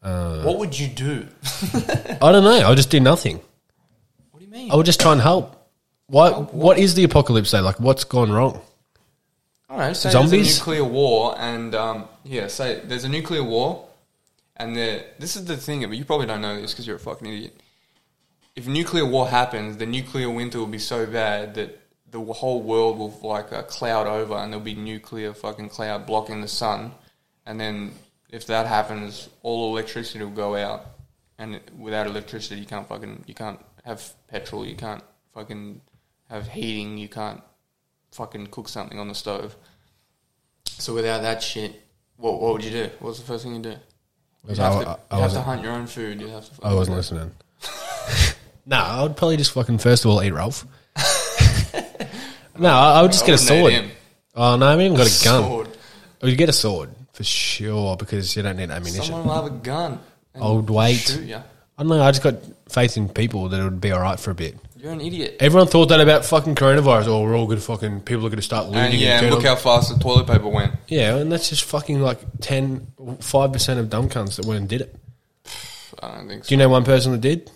Speaker 1: what would you do?
Speaker 3: I don't know. I'll just do nothing.
Speaker 1: What do you mean?
Speaker 3: I would just try and help. Why? What is the apocalypse though? Like, what's gone wrong?
Speaker 1: I don't know. Say
Speaker 3: Zombies?
Speaker 1: there's a nuclear war, and um, yeah, say there's a nuclear war, and the, this is the thing. But you probably don't know this because you're a fucking idiot. If nuclear war happens, the nuclear winter will be so bad that the w- whole world will like uh, cloud over, and there'll be nuclear fucking cloud blocking the sun, and then if that happens, all electricity will go out, and without electricity, you can't fucking you can't have petrol, you can't fucking have heating, you can't fucking cook something on the stove. So without that shit, what what would you do? What's the first thing you do? You
Speaker 3: Was
Speaker 1: have,
Speaker 3: I-
Speaker 1: to, you'd
Speaker 3: I- I
Speaker 1: have to
Speaker 3: wasn't-
Speaker 1: hunt your own food. You have to.
Speaker 3: I wasn't listening. no, I would probably just fucking first of all eat Ralph. no, I, I would just
Speaker 1: I
Speaker 3: get a
Speaker 1: wouldn't eat
Speaker 3: sword.
Speaker 1: him.
Speaker 3: Oh no, I haven't even got a gun.
Speaker 1: Sword.
Speaker 3: You'd get a sword for sure because you don't need ammunition.
Speaker 1: Someone will have a gun. and
Speaker 3: Old weight.
Speaker 1: Shoot ya.
Speaker 3: I don't know. I just got faith in people that it would be all right for a bit.
Speaker 1: You're an idiot.
Speaker 3: Everyone thought that about fucking coronavirus. Oh, we're all good. Fucking people are going to start looting.
Speaker 1: And yeah, and
Speaker 3: turn
Speaker 1: look
Speaker 3: on-
Speaker 1: how fast the toilet paper went.
Speaker 3: Yeah, and that's just fucking like 10, 5% of dumb cunts that went and did it.
Speaker 1: I don't think so.
Speaker 3: Do you know one person that did?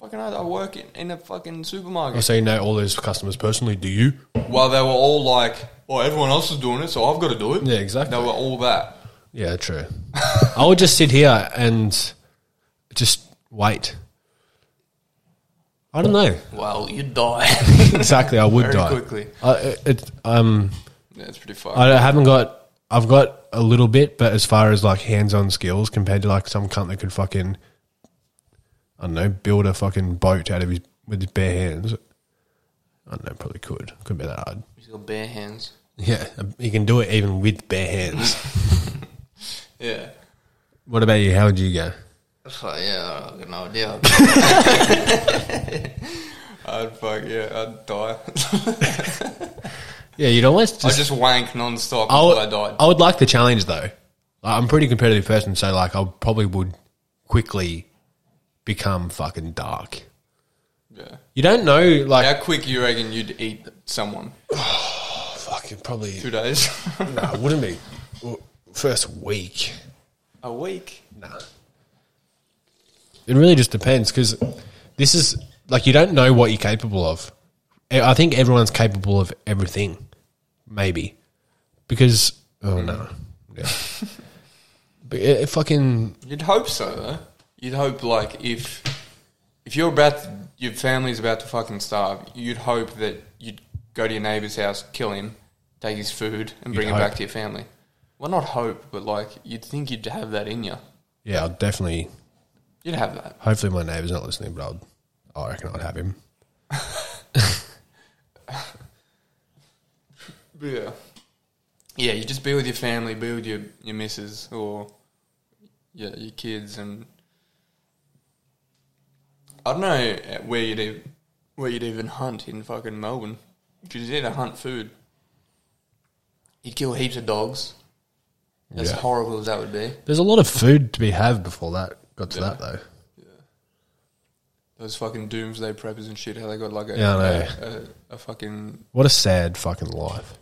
Speaker 1: Fucking, I, I work in, in a fucking
Speaker 3: I
Speaker 1: supermarket.
Speaker 3: say you know all those customers personally. Do you?
Speaker 1: While they were all like, "Oh, everyone else is doing it, so I've got to do it."
Speaker 3: Yeah, exactly.
Speaker 1: They were all that.
Speaker 3: Yeah, true. I would just sit here and just wait. I don't know.
Speaker 1: Well, you die.
Speaker 3: Exactly, I would
Speaker 1: Very
Speaker 3: die
Speaker 1: quickly.
Speaker 3: I, it, it- um,
Speaker 1: yeah, it's pretty fucked.
Speaker 3: I haven't got. I've got a little bit, but as far as like hands-on skills compared to like some cunt that could fucking, I don't know, build a fucking boat out of his with his bare hands. I don't know, probably could. Could be that hard.
Speaker 1: He's got bare hands.
Speaker 3: Yeah, he can do it even with bare hands.
Speaker 1: Yeah.
Speaker 3: what about you? How would you go?
Speaker 1: Oh, yeah, I got no idea. I'd fuck yeah, I'd die.
Speaker 3: Yeah, you'd almost
Speaker 1: I
Speaker 3: just
Speaker 1: just wank non-stop
Speaker 3: I would,
Speaker 1: until I died.
Speaker 3: I would like the challenge though. Like, I'm a pretty competitive person, so like I probably would quickly become fucking dark.
Speaker 1: yeah.
Speaker 3: You don't know, like
Speaker 1: How quick you reckon you'd eat someone?
Speaker 3: fucking probably
Speaker 1: Two days,
Speaker 3: nah, wouldn't be Well, first week.
Speaker 1: a week.
Speaker 3: Nah, it really just depends because this is like you don't know what you're capable of. E, I I think everyone's capable of everything, maybe because oh no, yeah. but it, it fucking
Speaker 1: You'd hope so, though. You'd hope like if if you're about to, your family's about to fucking starve, you'd hope that you'd go to your neighbour's house, kill him, take his food, and bring
Speaker 3: You'd
Speaker 1: it back
Speaker 3: hope.
Speaker 1: to your family. Well, not hope, but like you'd think you'd have that in you.
Speaker 3: yeah, I'll definitely
Speaker 1: You'd have that.
Speaker 3: Hopefully, my neighbour's not listening, but I'd, I reckon I'd have him.
Speaker 1: Yeah. Yeah, you just be with your family, be with your, your missus or yeah, your kids and I don't know where you'd ev where you'd even hunt in fucking Melbourne. Because you'd need to hunt food. You'd kill heaps of dogs. As
Speaker 3: Yeah.
Speaker 1: horrible as that would be.
Speaker 3: There's a lot of food to be had before that got to
Speaker 1: Yeah.
Speaker 3: that though.
Speaker 1: Those fucking doomsday preppers and shit, how they got like a,
Speaker 3: Yeah, I
Speaker 1: a, a, a fucking
Speaker 3: What a sad fucking life.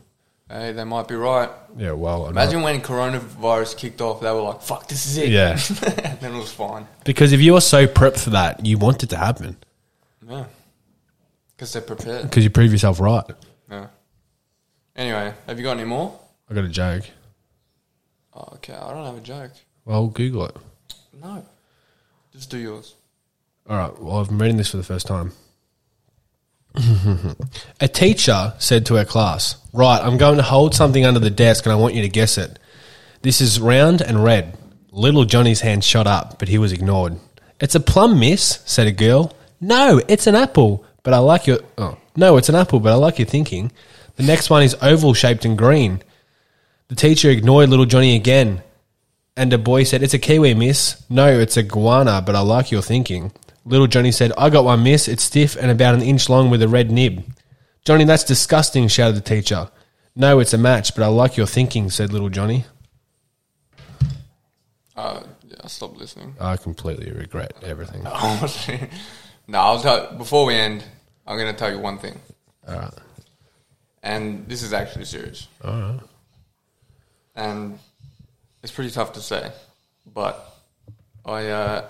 Speaker 1: hey, they might be right.
Speaker 3: Yeah, well, I'm
Speaker 1: Imagine when coronavirus kicked off, they were like, fuck, this is it.
Speaker 3: not- yeah,
Speaker 1: and then it was fine.
Speaker 3: because if you are so prepped for that, you want it to happen
Speaker 1: Yeah. Because they're prepared.
Speaker 3: because you prove yourself right.
Speaker 1: Yeah. Anyway, have you got any more?
Speaker 3: I got a joke.
Speaker 1: Oh, okay, I don't have a joke.
Speaker 3: Well, Google it.
Speaker 1: No. Just do yours.
Speaker 3: All right. Well, I'm reading this for the first time. a teacher said to her class, Right, I'm going to hold something under the desk and I want you to guess it. This is round and red. Little Johnny's hand shot up, but he was ignored. It's a plum, miss, said a girl. No, it's an apple, but I like your. Oh, no, it's an apple, but I like your thinking. The next one is oval shaped and green. The teacher ignored little Johnny again. And a boy said, It's a kiwi, miss. No, it's a guana, but I like your thinking. Little Johnny said, I got one, miss. It's stiff and about an inch long with a red nib. Johnny, that's disgusting, shouted the teacher. No, it's a match, but I like your thinking, said little Johnny.
Speaker 1: Uh, yeah, I stopped listening.
Speaker 3: I completely regret everything.
Speaker 1: no, I'll tell, before we end, I'm going to tell you one thing.
Speaker 3: All right.
Speaker 1: and this is actually serious.
Speaker 5: All right.
Speaker 1: and it's pretty tough to say. But I uh,